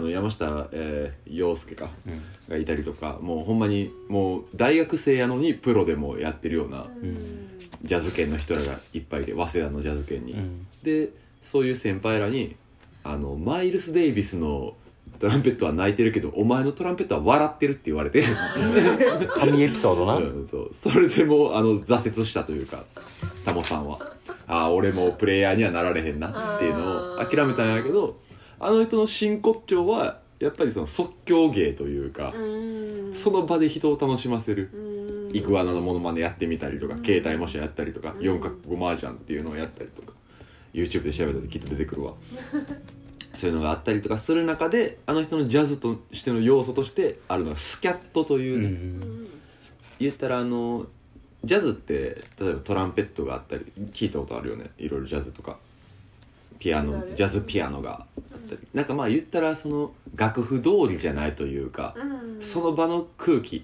B: の山下、えー洋介か
A: うん
B: がいたりとかもうほんまにもう大学生やのにプロでもやってるような
F: うん
B: ジャズ圏の人らがいっぱいで早稲田のジャズ圏に。
A: うん
B: でそういう先輩らにあのマイルス・デイビスのトランペットは泣いてるけどお前のトランペットは笑ってるって言わ
A: [laughs]
B: れて、
A: 神エピソードな、
B: うん、そうそれでもうあの挫折したというかタモさんはああ俺もうプレイヤーにはなられへんなっていうのを
F: あー
B: 諦めたんやけどあの人の真骨頂はやっぱりその即興芸というか、
F: うん
B: その場で人を楽しませる
F: うん
B: イグアナのモノマネやってみたりとか、
F: うん
B: 携帯模写やったりとか、
F: うん
B: 四角五麻雀っていうのをやったりとか YouTube で調べたらきっと出てくる
F: [laughs]
B: わそういうのがあったりとかする中であの人のジャズとしての要素としてあるのがスキャットといううね、
A: ん
B: 言ったらあのジャズって例えばトランペットがあったり聞いたことあるよねいろいろジャズとかピア
F: あ
B: ノ
F: るある
B: ジャズピアノがあったりなんかまあ言ったらその楽譜通りじゃないというか、
F: うん
B: その場の空気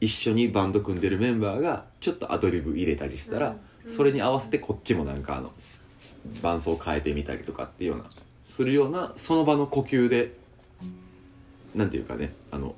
B: 一緒にバンド組んでるメンバーがちょっとアドリブ入れたりしたら、
F: うん
B: それに合わせてこっちもなんかあの伴奏変えてみたりとかっていうようなするようなその場の呼吸でなんていうかねあの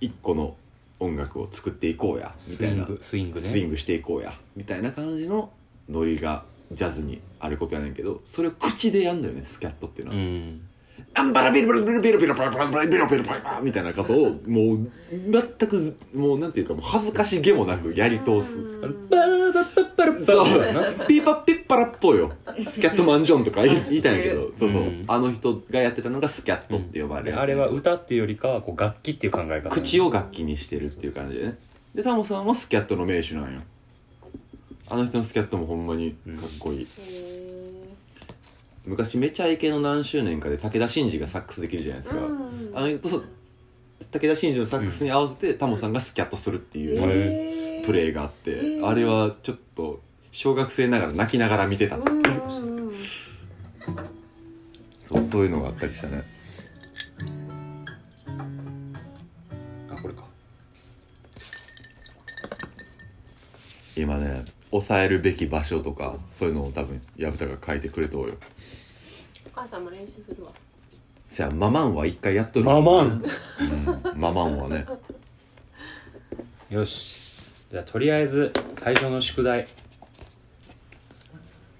B: 一個の音楽を作っていこうやみ
A: ス
B: た
A: イ
B: い
A: ン
B: な
A: グスイングね
B: スイングしていこうやみたいな感じのノリがジャズにあることやねんけどそれを口でやんのよねスキャットっていうのは。
A: うん
B: アンバラビルビルビルビルビルビルビルビルビルビルビルみたいなことをもう全くもうなんていうかもう恥ずかしげもなくやり通す
F: うん
A: バラバッパッパラッパ
B: そう
A: みたいな
B: ピーパッピッパラっぽいよスキャットマンジョンとか言い言いたいんやけどそうそう
A: うん
B: あの人がやってたのがスキャットって呼ばれるやつ
A: あれは歌っていうよりかはこう楽器っていう考え方
B: 口を楽器にしてるっていう感じでねでタモさんもスキャットの名手なんよあの人のスキャットもほんまにかっこいい
F: へ
B: 昔めちゃイケの何周年かで武田真治がサックスできるじゃないで
F: ー
B: すか
F: うん
B: あの人と武田真治のサックスに合わせて、タモさんがスキャットするっていう、
F: へー
B: プレイがあって、
F: ー
B: あれはちょっと小学生ながら泣きながら見てた、
F: うん
B: [laughs]
F: うんうん
B: そうそういうのがあったりしたね
A: あこれか
B: 今ね抑えるべき場所とかそういうのを多分薮田が書いてくれとうよ
F: お母さんも練習するわ
B: せやママンは一回やっとる
A: ママン、
B: うんママンはね
A: よしじゃあとりあえず最初の宿題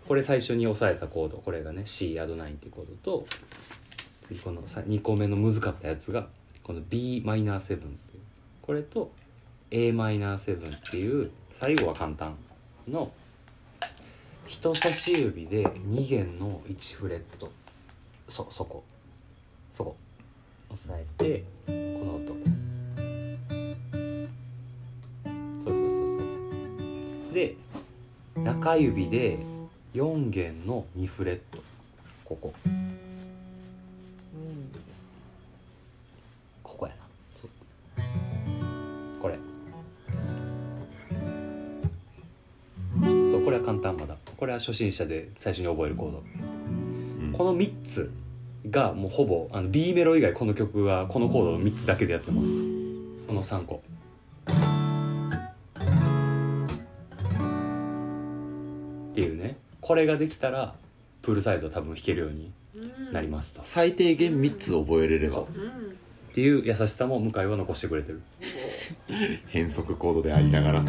A: これ最初に押さえたコードこれがね C アド9っていうコードと次この2個目の難かったやつがこの Bm7 っていうこれと Am7 っていう最後は簡単の人差し指で2弦の1フレットそそこそこ押さえてこの音そうそうそうそうで中指で4弦の2フレットここここやなそうこれそうこれは簡単まだこれは初心者で最初に覚えるコード
B: うん
A: この3つがもうほぼあの B メロ以外この曲はこのコードの3つだけでやってますこの3個っていうねこれができたらプールサイド多分弾けるようになりますと、っ
B: 最低限3つ覚えれれば
A: そていう優しさも向井は残してくれてる
B: 変則コードであり
A: [laughs]
B: ながらあ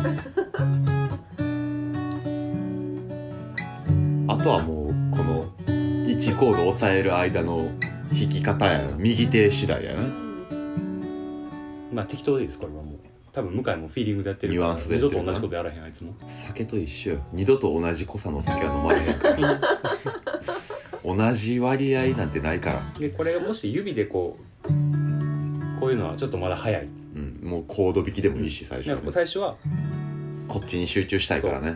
B: とはもうこの1コード押さえる間の弾き方やな右手次第やな
A: まあ適当でいいですこれはもう多分向井もフィーリングでやってる
B: ニュアンスでやって
A: 二
B: る
A: 度と同じことやらへんあいつも
B: 酒と一緒よ二度と同じ濃さの酒は飲まれへんから
A: [laughs]
B: 同じ割合なんてないから、
A: でこれもし指でこうこういうのはちょっとまだ早い
B: うん、もうコード弾きでもいいし最初
A: な
B: は
A: ん
B: ね
A: か最初は
B: こっちに集中したいからね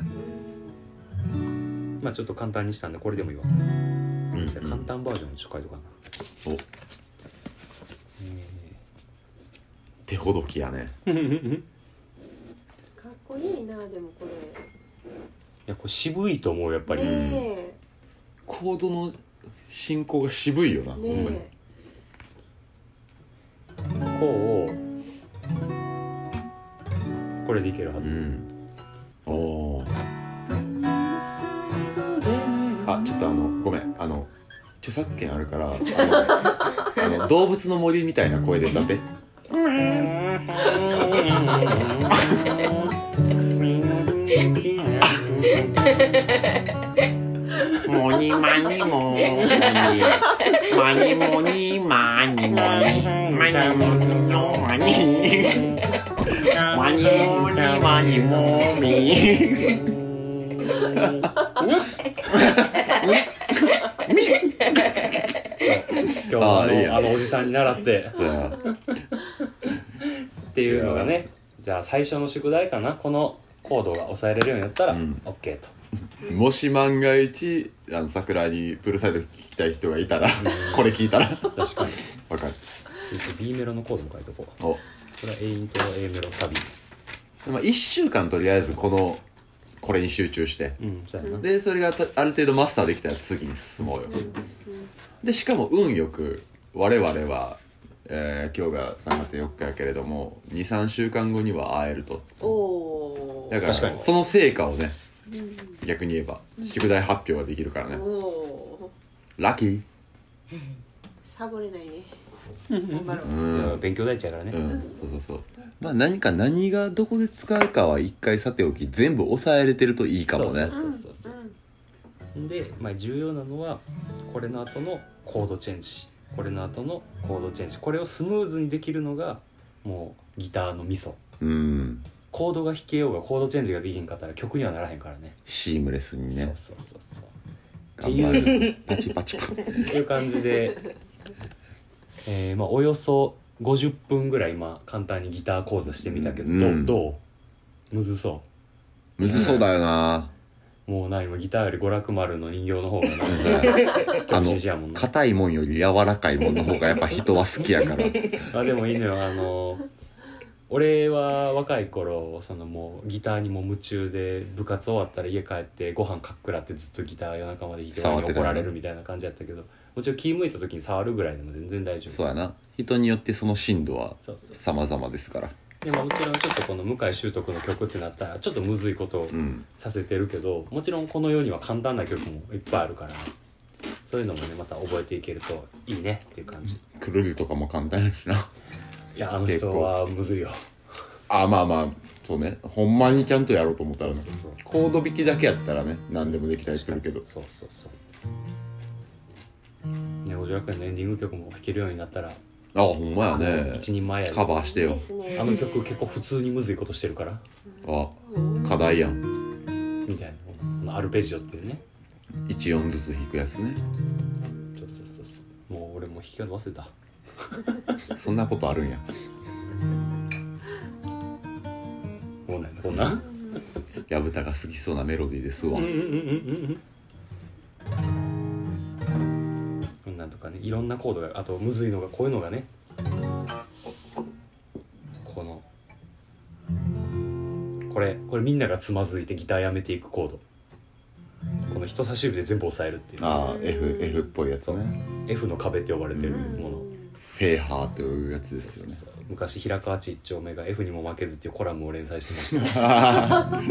A: まあちょっと簡単にしたんでこれでもいいわ
B: うんうん
A: 簡単バージョンにちょっと書いとかな
B: お手ほどきやね
A: えーい
F: かっこいいなでもこ
A: やこれ渋いと思うやっぱ
F: れ
A: り、
F: ね
B: コードの進行が渋いよな、
F: え
B: ほんまに
F: ね
A: こうをこれでいけるは
B: う
A: ず、
B: んおおあちょっとあのごめんあの著作権あるからあのあの動物の森みたいな声で歌ってモニマニモニマニモニマニモニマニモニマニマニモニマニモミ
A: 今日はあ
B: あいい
A: の
B: や
A: あのおじさんに習って
B: そうや
A: っていうのがねじゃあ最初の宿題かなこのコードが抑えれるようになったら
B: うん
A: OK と、
B: もし万が一あの桜にプールサイド聞きたい人がいたらこれ聞いたら
A: 確かに
B: わかる
A: 続いて B メロのコードも書いとこう
B: お
A: これは A イントロ A メロサビ
B: まあ、1週間とりあえずこのこれに集中して
A: うんそうやな
B: でそれがたある程度マスターできたら次に進もうよでしかも運よく我々は、えー今日が3月4日やけれども23週間後には会えると
F: おお
B: だから
A: 確かに
B: その成果をね
F: うん
B: 逆に言えば宿題発表ができるから
F: お
B: ね
F: お
B: ラッキー
F: サボれないね
B: う
A: うん
B: ん
A: 勉強第一やからね、
B: うんそうそうそうまあ何か何がどこで使うかは一回さておき全部抑えれてるといいかもね
A: そうそうそうそうで、まあ、重要なのはこれの後のコードチェンジこれの後のコードチェンジこれをスムーズにできるのがもうギターのミソ
B: うん
A: コードが弾けようがコードチェンジができへんかったら曲にはならへんからね
B: シームレスにね
A: そうそうそうそう
B: 頑
A: っ
B: 張
A: て
B: るパチパチパチ
A: っていう感じで、えーまあ、およそ50分ぐらい、まあ、簡単にギター講座してみたけど、
B: うん
A: どうむずそ
B: むずそうだよな
A: うもうな今ギターより娯楽丸の人形の方がな
B: あ
A: 気持
B: の
A: ちいいやもんな
B: 硬いもんより柔らかいもんの方がやっぱ人は好きやから
A: [laughs] あでもいいのよあの俺は若い頃そのもうギターにも夢中で部活終わったら家帰ってご飯かっくらってずっとギター夜中まで弾いて
B: 触ってたよ
A: 親
B: ね
A: に怒られるみたいな感じやったけどもちろん気向いた時に触るぐらいでも全然大丈夫
B: そうやな人によってその深度は
A: そうそう
B: 様々ですから
A: でももちろんちょっとこの向井修徳の曲ってなったらちょっとむずいことを
B: うん
A: させてるけどもちろんこの世には簡単な曲もいっぱいあるからそういうのもねまた覚えていけるといいねっていう感じ
B: くるりとかも簡単やしない
A: やあの人はむずいよ
B: あまあまあそうねほんまにちゃんとやろうと思ったらね
A: そうそう
B: コード弾きだけやったらね何でもできたりするけど
A: そうそうそうね五条楽園のエンディング曲も弾けるようになったら
B: あほんまやね
A: 一人前やで
B: カバーしてよ
F: ですね
A: あの曲結構普通にむずいことしてるから
B: あ課題やん
A: みたいなこのアルペジオっていうね
B: 1音ずつ弾くやつね
A: そうそうそうそうもう俺も弾き方忘れた
B: そんなことあるんや
A: こうなんやこんなん
B: やぶたが好きそうなメロディーですわ
A: うんうんうんうんうんこんなんとかねいろんなコードがあとむずいのがこういうのがねこのこれこれみんながつまずいてギターやめていくコードこの人差し指で全部押さえるっていう
B: ああ F, F っぽいやつね
A: F の壁って呼ばれてる
B: うん
A: もの、
B: セーハーというやつですよね
A: そうそう昔平川地一丁目が F にも負けずっていうコラムを連載してました
B: あ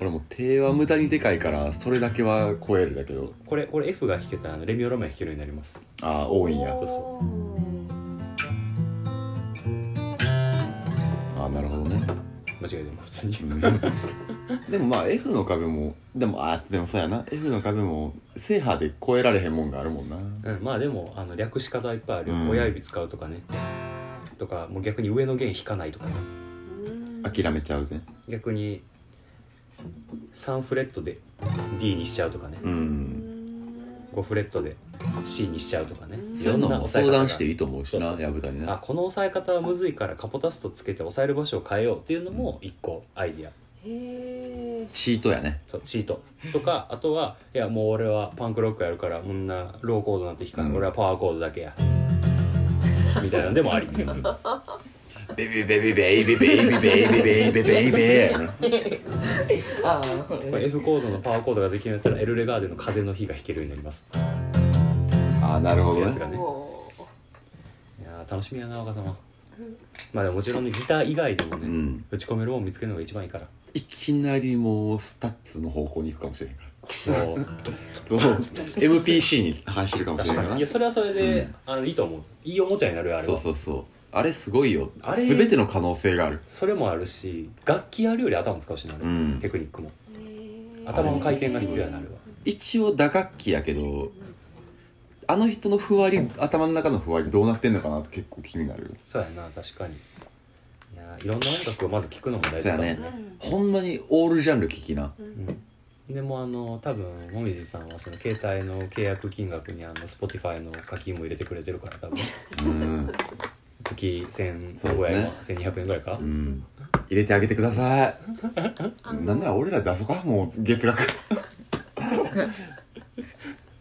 B: 俺もう手は無駄にでかいからそれだけは超えるだけど
A: これこれ F が弾けたらあのレミオロメン弾けるようになります
B: ああ多いんや
A: そう
B: ああなるほどね
A: 間違いない普通に
B: うん [laughs] でもまあ F の壁もでもあでもそうやな F の壁も制覇で超えられへんもんがあるもんな
A: うん、まあでもあの略し方はいっぱいあるよ、
B: うん
A: 親指使うとかねとかもう逆に上の弦弾かないとかね
B: 諦めちゃうぜ
A: 逆に3フレットで D にしちゃうとかね、
B: うん
A: 5フレットで C にしちゃうとかね、い
B: そうい
A: ろ
B: うん
A: な
B: のも
A: 抑え
B: 相
A: 方が
B: 談していいと思うし
A: そ
B: な
A: うそうそう
B: 薮谷
A: あ
B: な
A: この押さえ方はむずいからカポタストつけて押さえる場所を変えようっていうのも一個アイディア
F: へ
B: チートやね
A: そうチートとかあとはいやもう俺はパンクロックやるからこんなローコードなんて弾かない、
B: うん
A: 俺はパワーコードだけやみたいなんでも
B: [laughs]
A: あり
B: ベビベビベイビベイビベイビベイビベイベイ
D: ああ
A: これ F コードのパワーコードができるんだったらエルレガーデンの風の日が弾けるようになります
B: あなるほ
A: って
B: ど
A: やつ
B: ね
A: が
F: え
A: ね
F: も
A: いやー楽しみやな若様まあでももちろんねギター以外でも
B: う
A: ね、
B: ん
A: 打ち込めるもん見つけるのが一番いいから
B: いきなりもうスタッツの方向に行くかもしれんから
A: もう
B: そう MPC に走る [laughs] かもしれ
A: 確か
B: んから
A: にい
B: な
A: やそれはそれで、
B: うん
A: あのいいと思ういいおもちゃになるよあれは
B: そうそうそうあれすごいよ
A: あれ
B: 全ての可能性がある
A: それもあるし楽器やるより頭使うしなあれ、
B: うん
A: テクニックも
F: うへ
A: 頭の回転が必要やなあれは
B: 一応打楽器やけどあの人のふわり頭の中のふわりどうなってんのかなって結構気になるよ
A: そうやな確かにいやーいろんな音楽をまず聴くのも大事だもん
B: そうやほんまにオールジャンル聞きな
A: うん、でもあの多分もみじさんはその携帯の契約金額にあの Spotify の課金も入れてくれてるから多分
B: うん、
A: 月1500
B: そうです
A: 円、
B: ね
A: 1200円ぐらいか、
B: うん、入れてあげてください
F: あの
B: なんなら俺ら出そうかもう月額い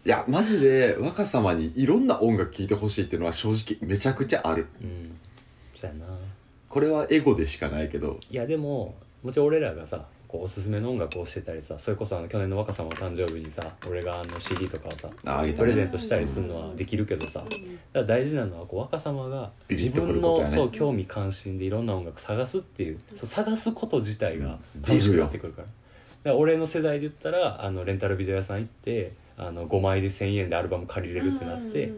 B: やマジで若様にいろんな音楽聴いてほしいっていうのは正直めちゃくちゃある
A: うんそうやな
B: これはエゴでしかないけど
A: いやでももちろん俺らがさこうおすすめの音楽をしてたりさそれこそあの去年の若様の誕生日にさ俺があの CD とかをさ
B: ああげた
A: プレゼ
B: ね
A: ントしたりするのはできるけどさだから大事なのはこう若様が
B: ビビ
A: 自
B: ッとく
A: 分
B: ること
A: の
B: やね
A: そう興味関心でいろんな音楽探すっていうそう探すこと自体が
B: うん
A: 楽しくなってくるからだから俺の世代で言ったらあのレンタルビデオ屋さん行ってあの5枚で1,000円でアルバム借りれるってなって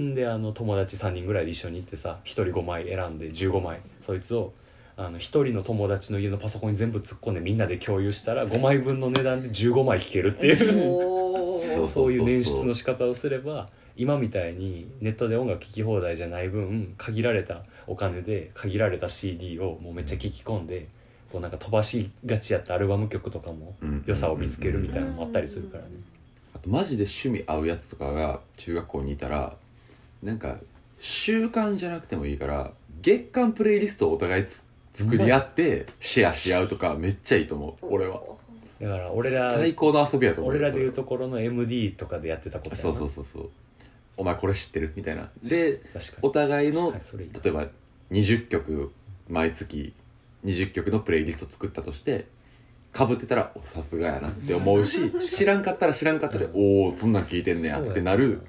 A: んであの友達3人ぐらいで一緒に行ってさ1人5枚選んで15枚そいつをあの1人の友達の家のパソコンに全部突っ込んでみんなで共有したら5枚分の値段で15枚聴けるっていう
F: おー
A: そういう捻出の仕方をすれば今みたいにネットで音楽聴き放題じゃない分限られたお金で限られた CD をもうめっちゃ聴き込んでこうなんか飛ばしがちやったアルバム曲とかも
B: うん
A: 良さを見つけるみたいなのもあったりするからね
B: あとマジで趣味合うやつとかが中学校にいたらなんか習慣じゃなくてもいいから月間プレイリストをお互いつ作り合ってシェアし合うとかめっちゃいいと思う俺は
A: だから俺ら
B: 最高の遊びやと思うよ
A: 俺らでいうところの MD とかでやってたことやな
B: そうそうそうそうお前これ知ってるみたいなで
A: 確かに
B: お互いの
A: はいそれいいな
B: 例えば20曲毎月20曲のプレイリスト作ったとしてかぶってたらおさすがやなって思うし知らんかったら知らんかったで
A: うん
B: おおそんなん聞いてんねや
A: そうや
B: ってなる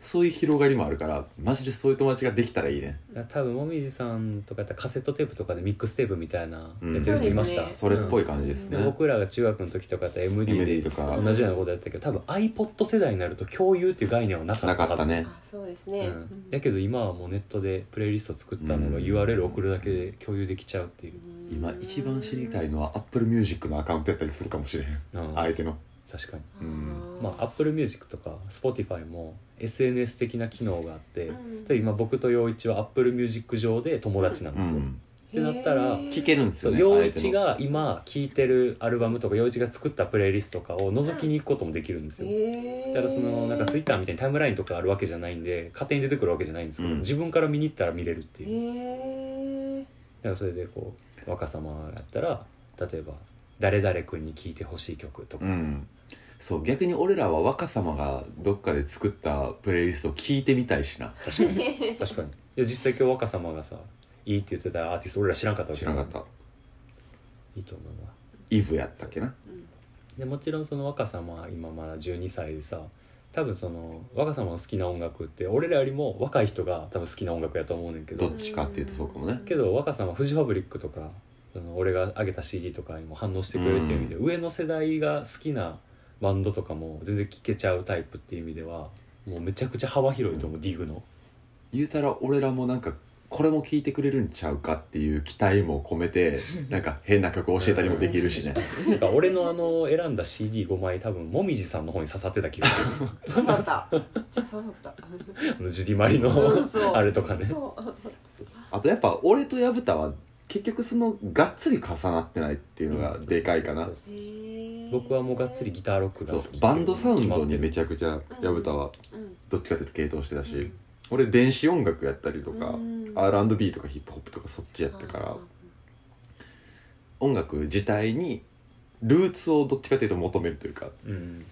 B: そういう広がりもあるからマジでそういう友達ができたらいいね
A: だから多分もみじさんとかやったらカセットテープとかでミックステープみたいなやつ
B: うん
A: やってました、
F: そうですね
B: それっぽい感じです
A: で
B: ね、
A: 僕らが中学の時とかやったら MD で
B: MD とか
A: 同じようなことやってたけど多分 iPod 世代になると共有っていう概念はなか
B: な
A: ったはず
B: かったね
F: あそうです
A: う
F: ね
A: ん、やけど今はもうネットでプレイリスト作ったのが
B: うん
A: URL 送るだけで共有できちゃうっていう、
B: 今一番知りたいのは AppleMusic のアカウントやったりするかもしれへん
A: うん
B: 相手の
A: 確かに
B: うん
A: まあ AppleMusic とか Spotify も SNS 的な機能があって、例えば今僕と陽一は AppleMusic 上で友達なん
B: う
A: ですよ、
B: ん
A: てなったら
B: 聞けるんです
A: そ
B: よ
A: う
B: ね
A: 陽
B: 相手
A: 一
B: の
A: が今聴いてるアルバムとか陽一が作ったプレイリストとかを覗きに行くこともできるんですよ、
F: え
A: ただそのなんかツイッターみたいにタイムラインとかあるわけじゃないんで勝手に出てくるわけじゃないんですけど、
B: うん
A: 自分から見に行ったら見れるっていう、
F: え
A: だからそれでこう若様やったら例えば「誰々君に聴いてほしい曲」とか、
B: うんそう逆に俺らは若様がどっかで作ったプレイリストを聞いてみたいしな
A: 確かに確かにいや実際今日若様がさいいって言ってたアーティスト俺ら知らんかったわけ
B: 知らなかった
A: いいと思うわ
B: イブやったっけな
A: でもちろんその若様は今まだ12歳でさ多分その若様の好きな音楽って俺らよりも若い人が多分好きな音楽やと思うねんけ
B: ど
A: ど
B: っちかっていうとそうかもね
A: けど若様フジファブリックとかあの俺が上げた CD とかにも反応してくれるっていう意味で、上の世代が好きなバンドとかも全然聴けちゃうタイプっていう意味ではもうめちゃくちゃ幅広いと思う、ディグの
B: 言うたら俺らもなんかこれも聞いてくれるんちゃうかっていう期待も込めてなんか変な曲を教えたりもできるしね
A: なんか俺のあの選んだ CD5 枚多分もみじさんの方に刺さってた気がする
F: 刺さ
A: [laughs]
F: っためっちゃ刺さった
A: あのジュディマリのあれとかね
F: そう
B: あとやっぱ俺と薮田は結局そのがっつり重なってないっていうのがでかいかな、
A: そう僕
F: 僕
A: はもうがっつりギターロックが
B: そ
A: 好
B: う
A: きっていう
B: バンドサウンドにめ
A: 決
B: ちゃくちゃ薮田は
F: うん
B: どっちかっていうと系統してたし、俺電子音楽やったりとか、
F: うん、
B: R&B とかヒップホップとかそっちやったから音楽自体にルーツをどっちかっていうと求めるというか
A: まってるうん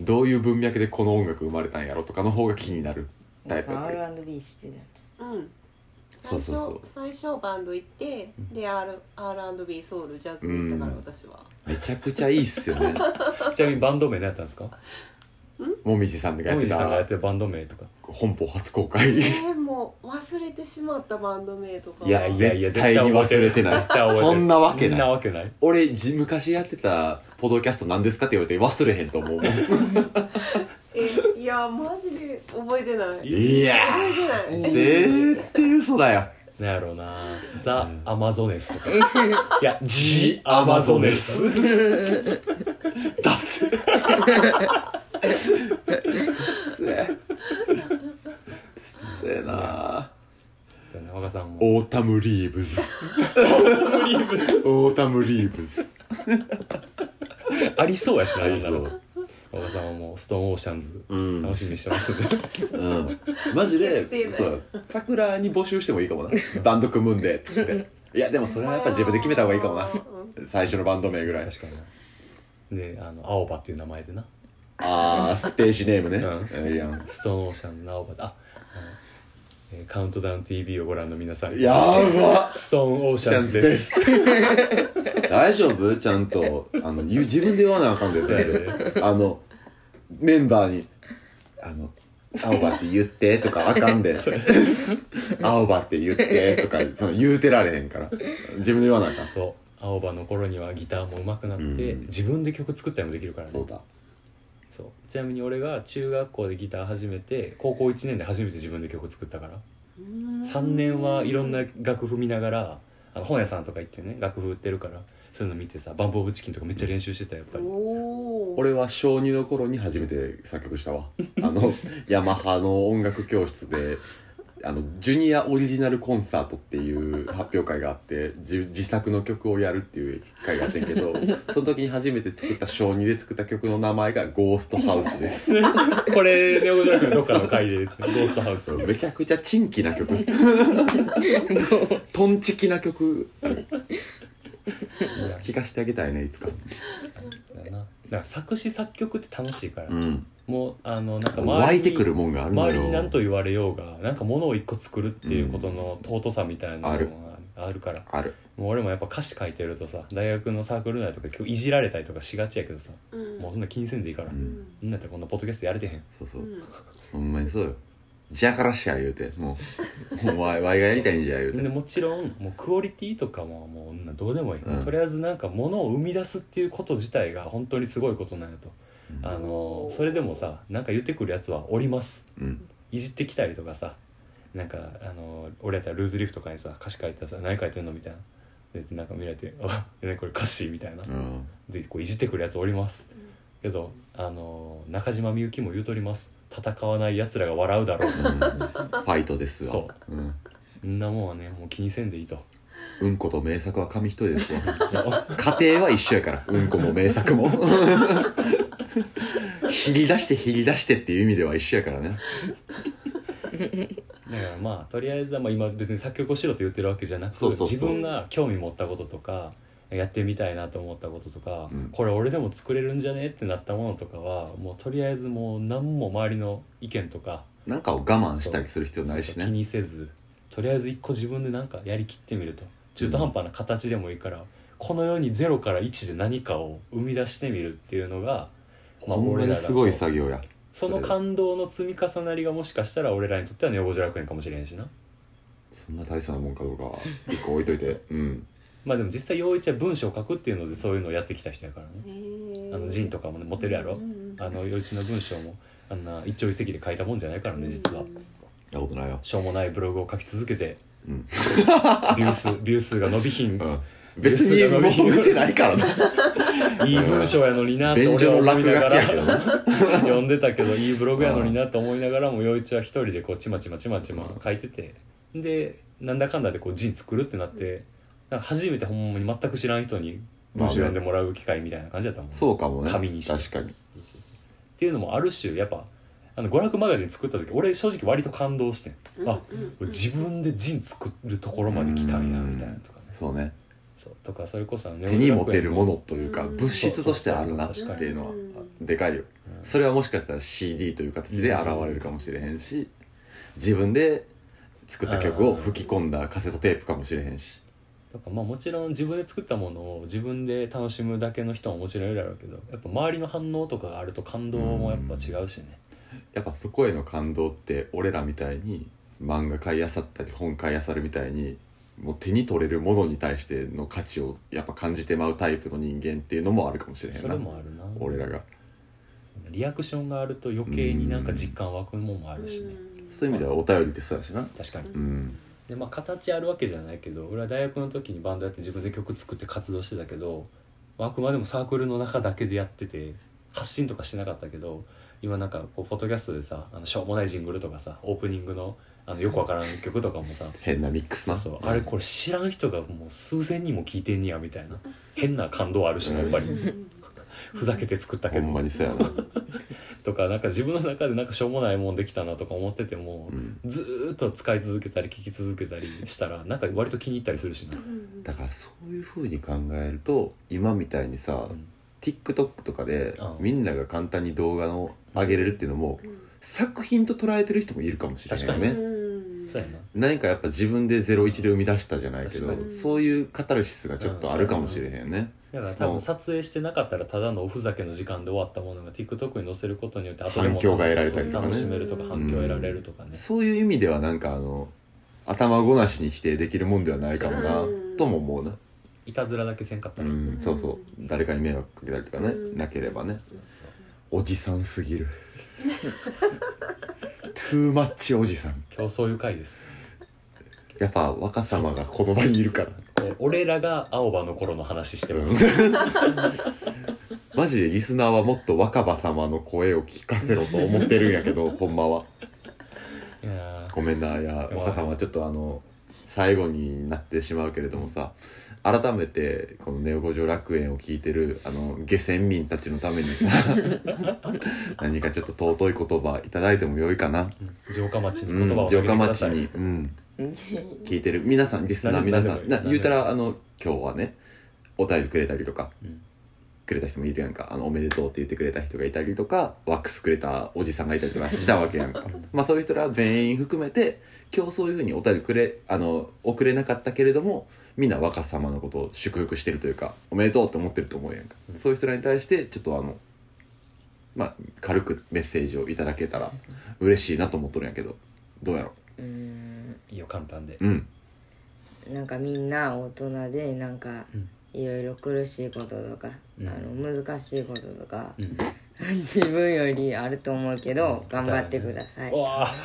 B: どういう文脈でこの音楽生まれたんやろとかの方が気になるタイプやったり
D: R&B してた
F: うん
B: そう
F: 最
B: そうそう
F: 初最初バンド行ってで R- R&B ソウルジャズ行ったから
B: うん
F: 私は
B: めちゃくちゃいいっすよ
A: [laughs]
B: ね
A: ちなみにバンド名何やったんですか
B: もみじさんがや
A: もみ
B: って
A: じさんがやったてるバンド名とか
B: 本邦初公
F: え
B: 開い
F: ー、もう忘れてしまったバンド名とか
B: や
A: い
B: い
A: や
B: や
A: い
B: い
A: や
B: や絶対に忘れてない
A: 絶対覚えてる
B: そんなわけ
A: そんな
B: ない
A: わけない
B: 俺じ昔やってたポドキャスト何ですかって言われて忘れへんと思う
F: えーいやマジで覚えてない覚
B: いや
F: えてない
D: いい
B: 絶対嘘だよ
A: なんやろうなザ
B: うん・
A: アマゾネスとかいやジ・アマゾネス
B: 出
A: [laughs]
B: すせえな
A: そうやな若さんも
B: オータムリーブズオータムリーブズ
A: ありそうやしな
B: ありそう
A: あんなの若さんはもうストーンオーシャンズ
B: うん
A: 楽しみにしてますんで
B: うんマジでそうさくらに募集してもいいかもなバンド組むんでっつっていやでもそれはやっぱ自分で決めた方がいいかもな [laughs] 最初のバンド名ぐらい
A: 確かになであの青葉っていう名前でな
B: ああステージネームね、
A: う
B: いいやん
A: ストーンオーシャンズの青葉だああのえーカウントダウン TV をご覧の皆さん
B: やば
A: ストーンオーシャンズ [laughs] です
B: 大丈夫ちゃんとあの言う自分で言わなあかんでそれ
A: そうや
B: であのメンバーに「あの青葉って言って」とかあかんで
A: そうや
B: 「青葉って言って」とかその言うてられへんから自分で言わなあかん
A: そう青葉の頃にはギターも上手くなって、
B: うん
A: 自分で曲作ったりもできるからね
B: そうだ
A: そうちなみに俺が中学校でギター始めて高校1年で初めて自分で曲作ったから3年はいろんな楽譜見ながらあの本屋さんとか行ってね楽譜売ってるからそういうの見てさバンボーブチキンとかめっちゃ練習してたよやっぱり
F: おお
B: 俺は小2の頃に初めて作曲したわ [laughs] あのヤマハの音楽教室であのジュニアオリジナルコンサートっていう発表会があって自自作の曲をやるっていう会があってんけ
A: [laughs]
B: どその時に初めて作った小2で作った曲の名前が「ゴーストハウス」です
A: [laughs] これネオジョラフのどっかの回で「ゴ
B: [laughs]
A: ーストハウス」
B: めちゃくちゃチンキ
A: [laughs]
B: な曲トンチキな曲聞かしてあげたいねいつか
A: だなだから作詞作曲って楽しいから、
B: うん
A: もうあのなんか周りに
B: 湧いてくるもんがあるの
A: 周りに何と
B: よ
A: 言われようがなんか物を一個作るっていうことの尊さみたいなの
B: ある
A: があるから
B: ある
A: もう俺もやっぱ歌詞書いてるとさ大学のサークル内とか結構いじられたりとかしがちやけどさ
F: うん
A: もうそんな気にせんでいいから、
B: う
A: み
B: ん
A: ん、なんやったらこんなポッドキャストやれてへん
B: そうそううんほんまにそうよ。じゃからしや言うて、もう、もうわいわいがやりたいんじゃ言う
A: で
B: て。
A: もちろんもうクオリティとかももうどうでもいい、
B: うん
A: とりあえずなんか物を生み出すっていうこと自体が本当にすごいことなんやと、
B: うん
A: あのそれでもさなんか言ってくるやつはおります
B: うん。
A: いじってきたりとかさなんかあの俺やったらルーズリーフとかにさ歌詞書いてらさ何書いてんのみたいなでなんか見られて「 [laughs] あねこれ歌詞」みたいな、
B: うん。
A: でこういじってくるやつおります、
F: うん
A: けどあの中島みゆきも言うとります戦わないやつらが笑うだろう [laughs]
B: うんファイトですわ。
A: そ
B: うん。
A: そんなもんはねもう気にせんでいいと
B: うんこと名作は紙一重
A: [laughs]
B: ですわ。家庭は一緒やから、うんこも名作も。 [laughs] ひり出してひり出してっていう意味では一緒やからね。
A: だからまあとりあえずはまあ今別に作曲をしろと言ってるわけじゃなく
B: そうそうそう
A: 自分が興味持ったこととかやってみたいなと思ったこととか、
B: うん
A: これ俺でも作れるんじゃねってなったものとかはもうとりあえずもう何も周りの意見とか
B: なんかを我慢したりする必要ない
A: そ
B: し
A: うそう気
B: ね。
A: にせずとりあえず一個自分でなんかやりきってみると中途半端な形でもいいから、この世に0から1で何かを生み出してみるっていうのが
B: ほんまにすごい作業や。
A: その感動の積み重なりがもしかしたら俺らにとってはネオゴジ楽園かもしれんしな [laughs]
B: そんな大差なもんかどうかは、一個置いといて。うん。
A: まあでも実際陽一は文章を書くっていうのでそういうのをやってきた人やからねあの
F: 人
A: 陣とかもね持てるやろあの陽一の文章もあんな一朝一夕で書いたもんじゃないからね実は
B: たことないよ
A: しょうもないブログを書き続けて
B: うん
A: ビュー数 [laughs] ビュー数が伸びひん
B: うん別にもう見てないからな
A: [laughs] いい文章やのになって
B: 便
A: 俺
B: 所
A: は
B: の
A: 思
B: 落
A: い
B: 書き
A: ながら
B: やけどな
A: [laughs] 読んでたけどいいブログやのになって思いながらも陽一は一人でこうちまちまちまちま書いててでなんだかんだでこう陣作るってなってなんか初めてほんまに全く知らん人に文章読んでもらう機会みたいな感じだったもん、
B: そうかもね
A: 紙にして
B: 確かに
A: っていうのもある種やっぱあの娯楽マガジン作った時俺正直割と感動してんあ自分で陣作るところまで来たんやみたいなとかね
B: そうね
A: そうとかそれこそあの
B: 手に持てるものというか
F: うん
B: 物質としてあるなって
A: そうそうそう
B: いうのは
F: 確かに
B: でかい
A: う
B: よ
A: ん
B: それはもしかしたら CD という形で現れるかもしれへんし自分で作った曲を吹き込んだカセットテープかもしれへんし
A: だからまあもちろん自分で作ったものを自分で楽しむだけの人ももちろんいるだろうけどやっぱ周りの反応とかがあると感動もやっぱ違うしね
B: やっぱ不幸への感動って俺らみたいに漫画買いあさったり本買いあさるみたいにもう手に取れるものに対しての価値をやっぱ感じてまうタイプの人間っていうのもあるかもしれへ
A: そ
B: ん
A: れ
B: な
A: もあるな
B: 俺らが
A: リアクションがあると余計になんか実感湧くもんもあるしね
B: そういう意味ではお便りってそうやしな
A: 確かに
B: うん
A: でまあ形あるわけじゃないけど俺は大学の時にバンドやって自分で曲作って活動してたけど、まああくまでもサークルの中だけでやってて発信とかしなかったけど今なんかこうフォトキャストでさあのしょうもないジングルとかさオープニングのあのよくわからん曲とかもさ
B: 変なミックス
A: そ
B: な
A: うそうあれこれ知らん人がもう数千人も聞いてんねやみたいな変な感動あるしなやっぱりふざけて作った
B: ほ
A: け
B: んま
A: ど
B: にそうやな、
A: とかなんか自分の中でなんかしょうもないもんできたなとか思ってても
B: うん、
A: ずーっと使い続けたり聴き続けたりしたらなんか割と気に入ったりするしな、
B: だからそういうふうに考えると今みたいにさ、
A: うん
B: TikTok とかで
A: うん
B: みんなが簡単に動画を上げれるっていうのも作品と捉えてる人もいるかもしれないよ
A: 確
B: ね
A: そうやな
B: 何かやっぱ自分で01で生み出したじゃないけ
A: 確か
B: ど
F: に
B: そういうカタルシスがちょっとあるかもしれへんね、
A: だから多
B: そう
A: 分撮影してなかったらただのおふざけの時間で終わったものが TikTok に載せることによって後でも
B: 反響が得られたりとかね
A: 楽しめるとか反響を得られるとかね、
B: そういう意味ではなんかあの頭ごなしに否定できるもんではないかもな
F: うん
B: とも思うない
A: たずらだけせんかった
B: う
A: らいい、
B: んそうそう誰かに迷惑かけたりとかね
F: うん
B: なければね
A: そうそう
B: おじさんすぎる [laughs] トゥーマッチおじさん
A: 今日そういう回です
B: やっぱ若様がこの場にいるから
A: お俺らが青葉の頃の話してます、
B: マジでリスナーはもっと若葉様の声を聞かせろと思ってるんやけ
A: [laughs]
B: どほんまはい
A: やー
B: ごめんないや若様ちょっとあの最後になってしまうけれどもさ改めてこの「ネオ五条楽園」を聞いてるあの下船民たちのために
A: [laughs]
B: さ何かちょっと尊い言葉いただいてもよいかな、
A: うん城下町に
B: うん
A: 言葉を、
B: 城
A: 上げてく
B: 下
A: だ
B: 町
A: さい、
B: に、うん、聞いてる皆さんリスナー皆さ
A: 何
B: ん
A: で
B: な
A: もいい
B: 言うたらあの今日はねお便りくれたりとか
A: うん
B: くれた人もいるやんかあのおめでとうって言ってくれた人がいたりとかワックスくれたおじさんがいたりとかしたわけや
A: [laughs]
B: んかまあそういう人ら全員含めて今日そういうふうにお便りくれあの送れなかったけれどもみんな若様のことを祝福してるというかおめでとうって思ってると思うやんか、
A: うん
B: そういう人らに対してちょっとあのまあ軽くメッセージをいただけたら嬉しいなと思っとるんやけどどうやろ
D: うーん
A: いいよ簡単で
B: ううん
D: なんかみんな大人でなんか
A: うん
D: いろいろ苦しいこととか、
A: うん
D: あの難しいこととか、
A: うん
D: 自分よりあると思うけど頑張ってください、
A: うわあ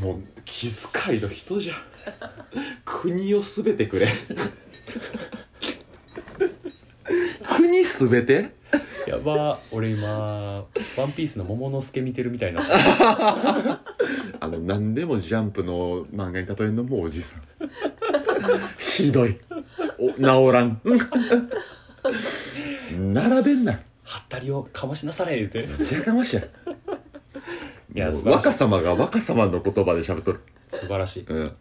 B: もう気遣いの人じゃん [laughs] 国を全てくれ [laughs] 国全て
A: やばー俺今「ワンピースの桃之助見てるみたい
B: [laughs]
A: な
B: あの何でもジャンプの漫画に例えるのもおじさんひどいお直らん [laughs] 並べんな
A: はったりをかましなされ言うて
B: じゃかましや
A: いや
B: もう
A: 素晴らしい
B: 若様が若様の言葉で喋っとる
A: 素晴らしい
B: うん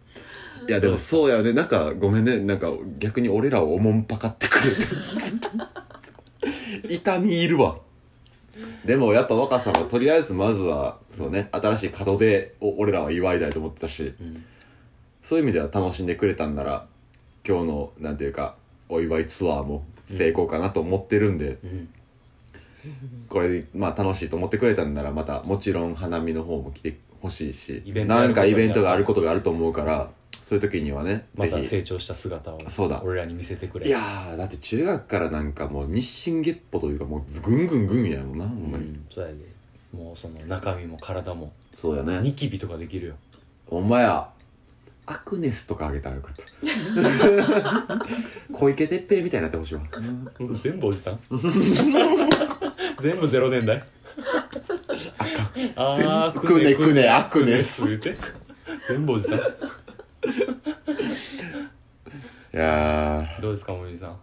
B: いやでもそうやよねなんかごめんねなんか逆に俺らをおもんぱかってくれて痛みいるわでもやっぱ若さんはとりあえずまずはそうね新しい門出を俺らは祝いたいと思ってたし
A: うん
B: そういう意味では楽しんでくれたんなら今日のなんていうかお祝いツアーも成功かなと思ってるんで、
A: うん
B: これでまあ楽しいと思ってくれたんならまたもちろん花見の方も来てほしいし
A: イベントや
B: な
A: る
B: ん
A: こと
B: か
A: に
B: イベントがあることがあると思うからそういう時にはね
A: また
B: ぜ
A: 成長した姿を
B: そうだ
A: 俺らに見せてくれ
B: ひいやーだって中学からなんかもう日進月歩というかもうぐんぐんぐんやもんなほ
A: うん
B: まに、
A: んそうやでもうその中身も体も
B: そうやね
A: ニキビとかできるよ
B: ほんまやアクネスとかあげたらよかった
A: [laughs]
B: 小池徹平みたいになってほしいわ
A: 全部おじ
B: [laughs]
A: さん全部ゼロ年代あー
B: 全部くねくねアクネス
A: 言うて全部おじさん
B: いやー
A: どうですかもみじさん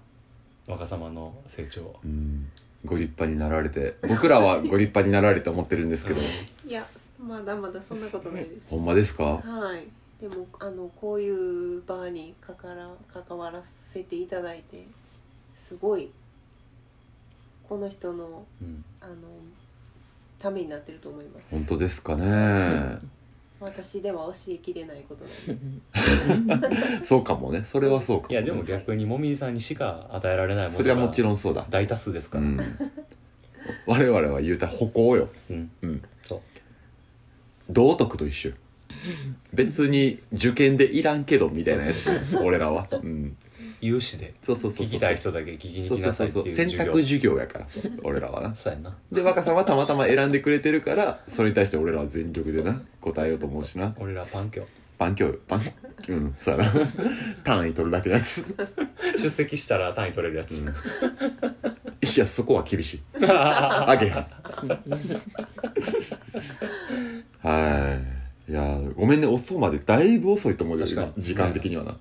A: 若様の成長
B: うんご立派になられて僕らはご立派になられて思ってるんですけど
F: いやまだまだそんなことないです
B: ほんまですか
F: はいでもあのこういうバーにかから関わらせていただいてすごいこの人の
A: うん
F: あのためになってると思います
B: 本当です
A: [laughs]
B: かね
F: 私では教えきれないことなん
B: [laughs]
F: で
B: そうかもねそれはそうかも、
A: い
B: ね、
A: やでも逆にもみじさんにしか与えられないものが
B: それはもちろんそうだ
A: 大多数です
B: う
A: から、
B: ん我々は言うたら歩行よ
A: うん
B: うん
A: そう
B: 道徳と一緒別に受験でいらんけどみたいなやつ俺らはうん
A: 有志で
B: そうそうそうそう
A: 聞きたい人だけ聞きに
B: そう
A: 来
B: そ
A: な
B: うそ
A: さ
B: う
A: いって
B: そ
A: いうう
B: 選
A: 授業
B: 択授業やから俺らはな
A: そうやな
B: で若さんはたまたま選んでくれてるからそれに対して俺らは全力でな答えようと思うしな
A: 俺らパン教
B: パン教パンうんそうやな単位取るだけのやつ、
A: 出席したら単位取れるや
B: う
A: つ、
B: ん、いやそこは
A: [laughs]
B: 厳しいあげへんはいいやごめんね遅までだいぶ遅いと思うよ
A: 確かに
B: 今時間的にはな、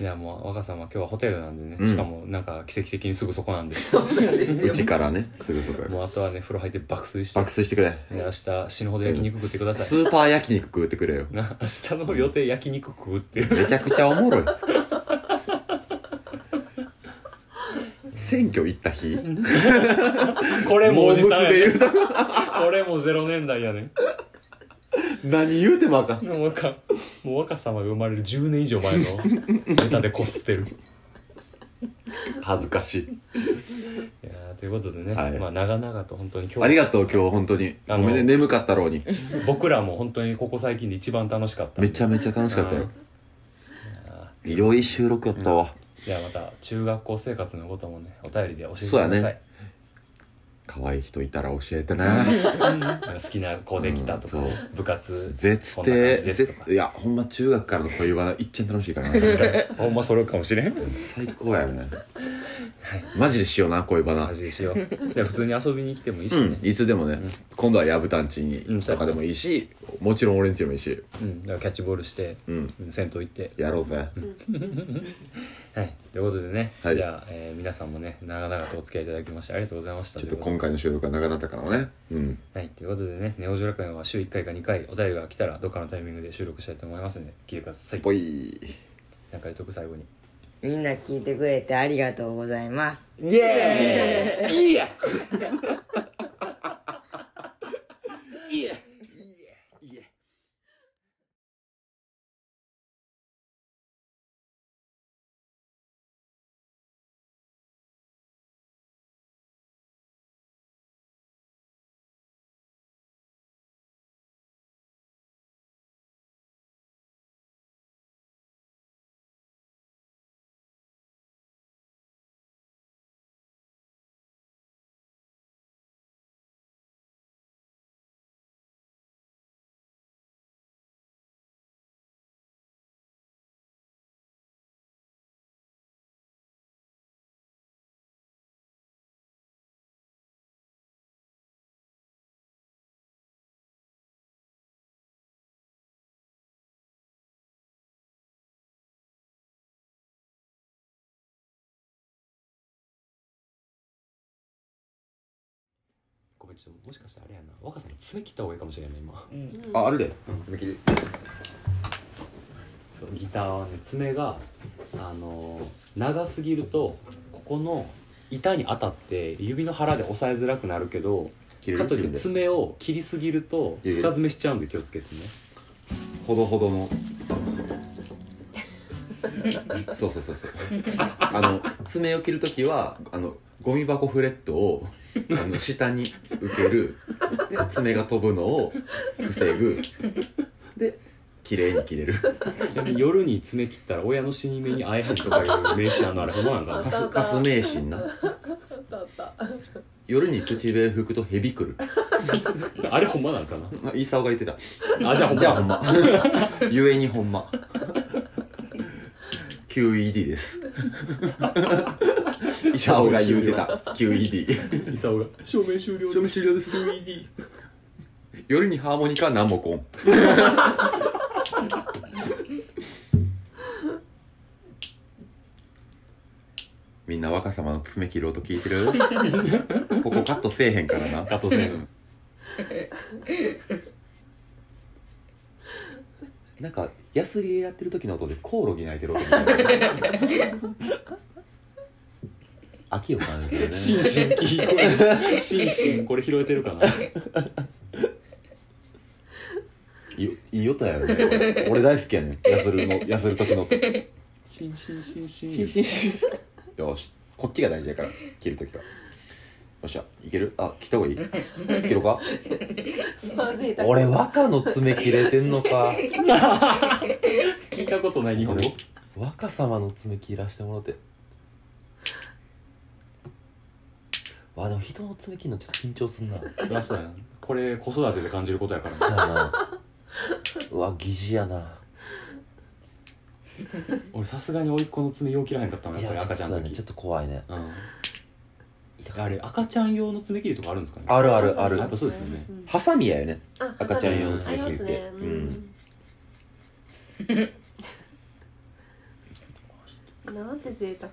A: いやもう若様今日はホテルなんでね、
B: うん
A: しかもなんか奇跡的にすぐそこなんです
B: うちからねすぐそこや
A: もうあとはね風呂入って爆睡して
B: 爆睡してくれ
A: ね明日死ぬほど焼肉食ってくだ
B: ス
A: さい、
B: ーパー焼肉食ってくれよ
A: な明日の予定焼肉食うっていう
B: [laughs] めちゃくちゃおもろい選挙行った日
A: これも
B: も
A: お
B: う
A: じさんや、
B: で言う
A: ね、
B: た
A: [laughs] これもゼロ年代やね
B: 何言うてもあかん
A: もう若もう若様が生まれる10年以上
B: [laughs]
A: 前のネタでこすってる
B: 恥ずかしい
A: いやーということでね、
B: はい
A: まあ長々と本当に今
B: あり
A: 日
B: がとう今日本当に
A: あ
B: ご
A: の
B: めんね眠かったろうに
A: 僕らも本当にここ最近で一番楽しかった
B: めちゃめちゃ楽しかったよ
A: あ
B: 良い収録やったわ、
A: ーじゃあまた中学校生活のこともねお便りで教えてくだ
B: そう
A: さ
B: や
A: い、
B: ね可愛い人いたら教えてな
A: 好きな子できたとか、
B: うんそう
A: 部活
B: 絶
A: こんな感
B: 対
A: じですと
B: 絶
A: か
B: いやほんま中学からの恋バナいっちゃん楽しいからな
A: 確かにほんまそれかもしれん
B: 最高やよねマジでしような恋バナ
A: マジでしようで普通に遊びに来てもいいし
B: う
A: ね
B: ん、いつでもね、
A: ん
B: 今度は薮たんち
A: うん
B: にとかでもいいし、もちろん俺んちでもいいし
A: うんだからキャッチボールして、
B: うん
A: うん銭湯行って
B: やろうぜ、
A: はいということでね、
B: はい
A: じゃあ、えー皆さんもね長々とお付き合いいただきましてありがとうございました
B: ちょっと
A: という
B: 今回の収録は長かったからねうん
A: とではいということでねネオジョラ会は週1回か2回お便りが来たらどっかのタイミングで収録したいと思いますので聞いてください
B: ぽい
A: なんか言っとく最後に
D: みんな聞いてくれてありがとうございますイエーイ
B: いやいやいや
A: ごめんちょっともしかしてあれやな若さん爪切った方がいいかもしれない今
D: うん
B: ああれで爪切り
A: そうギターはね爪があのー長すぎるとここの板に当たって指の腹で押さえづらくなるけど
B: 切れ
A: か
B: る
A: といっ
B: 自分
A: て
B: で
A: 爪を切りすぎると
B: いやいや
A: 深爪しちゃうんで気をつけてね
B: ほどほどのそうそうそうそうあの爪を切るときはあのゴミ箱フレットをあの下に受けるで爪が飛ぶのを防ぐで綺麗に切れる
A: ちなみに夜に爪切ったら親の死に目に会えへんとかいう名詞あのあれほんまなんか
F: あ
B: カ
A: な
B: スカス名神な
F: あったあった
B: 夜に口笛吹くとヘビ来る [laughs]
A: あれほんまなんかな
B: あイーサオが言ってた
A: あじゃあほん
B: じゃあほん
A: ま
B: ま [laughs] ゆえにほんま QED [laughs] ですイサオが言うてた QED
A: イサオが証明終了
B: 賞味終了で
A: [laughs]
B: す
A: QED
B: 夜にハーモニカ何も [laughs] こんみんな若様の爪切る音聞いてる [laughs] ここカットせえへんからな
A: カットせえへん
B: [laughs] なんかヤスリやってる時の音でコオロギ鳴いてる音みた
A: [laughs]
B: いな秋を感じるね
A: 心身聞こえる心身これ拾えてる
B: [laughs]
A: かない
B: いいい音やよねこれ俺大好きやねんヤスルのヤス
A: [laughs]
B: ル時の音
A: 心身心
B: シンシンシンよしこっちが大事やから切るときはよっしゃいけるあ切った方がいい切ろうか
F: ま [laughs] ずいだ
B: 俺和歌の爪切れてんのか
A: [laughs] 聞いたことない日本語
B: 和歌様の爪切らしてもらってわあでも人の爪切るのちょっと緊張すんな
A: そりゃそうやなこれ子育てで感じることやから
B: そうやなうわ疑似やな
A: 俺さすがに甥っ子の爪よう切らへんかったのやっぱり赤ちゃんの
B: そうやね
A: 時
B: ちょっと怖いね
A: うんあれ赤ちゃん用の爪切りとかあるんですかね [laughs]
B: あるあるあ
A: や
B: る
A: っぱそうですよね
B: ハサミやよね
F: あ
B: 赤ちゃん用の
F: あり
B: 爪
F: ま
B: 切りっ
F: す
B: て、
F: ねう
B: うん
F: ん [laughs] なんて贅沢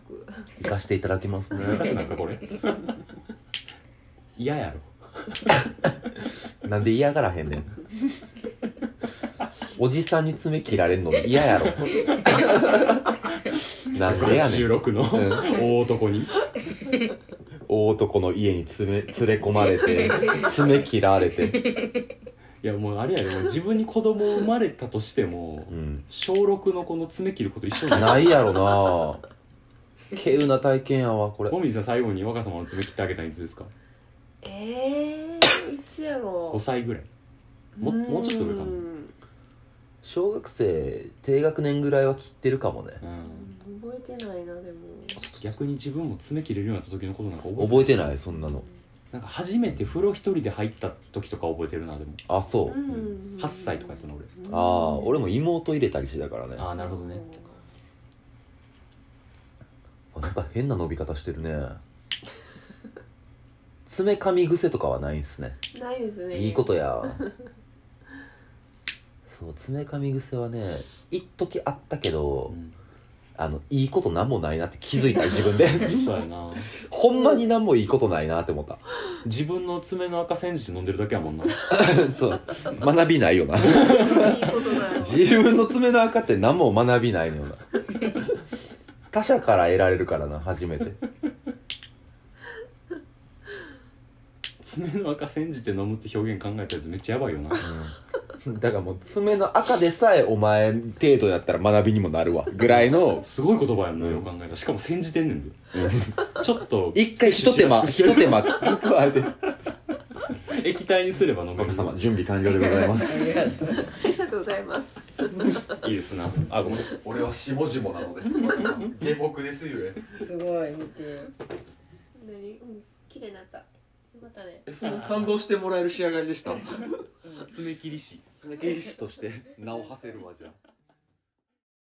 B: 行かしていただきますね
A: 贅沢なんかこれ嫌やろ
B: なんで嫌がらへんねんおじさんに爪切られんの嫌やろなんでやねん
A: 186の大男に
B: 大男の家に爪連れ込まれて爪切られて、
A: いやもうあれやでもう自分に子供生まれたとしても
B: うん、
A: 小6の子の爪切ること一緒なんだ
B: ないやろな稀有な体験やわこれ
A: もみじさん最後に若様の爪切ってあげたいんですか
F: えー、いつやろ
A: 5歳ぐらいももうちょっと上かな
F: うん
B: 小学生低学年ぐらいは切ってるかもね
A: うん
F: 覚えてないなでも
A: 逆に自分も爪切れるようになった時のことなんか覚えて
B: 覚えてないそんなの
A: なんか初めて風呂一人で入った時とか覚えてるなでも
B: あそう、
F: うん
A: 8歳とかやったの俺
B: ああ俺も妹入れたりしてたからね
A: ああなるほどね
B: なんか変な伸び方してるね爪噛み癖とかはないんすね
F: ないですね
B: いいことや [laughs] そう爪噛み癖はね一時あったけど、あのいいことなんもないなって気づいた自分で
A: うんそうやな
B: ほんまになんもいいことないなって思った [laughs]
A: 自分の爪の赤煎じて飲んでるだけやもんな
B: そう学びないよな
F: いいことだ
A: [laughs]
F: よ
B: 自分の爪の赤って何も学びないのよな他者から得られるからな初めて
A: 爪の赤煎じて飲むって表現考えたやつめっちゃやばいよな
B: だからもう爪の赤でさえお前程度だったら学びにもなるわぐらいの
A: すごい言葉やんな、
B: うん
A: よく考えたらしかも煎じてんねんでちょっと
B: 一回一手間一手間 [laughs] 加えて
A: 液体にすれば飲め
B: 若
A: る
B: 様準備完了でございま
D: あり
B: す
D: がとう
F: ありがとうございます
A: いいですなあごめん
B: 俺は下々なので下僕ですゆ
D: すごい見て
F: 何うん綺麗になったよかったね
B: えそんな感動してもらえる仕上がりでした
A: 爪切り師
B: 芸師として名を馳せるわじゃあ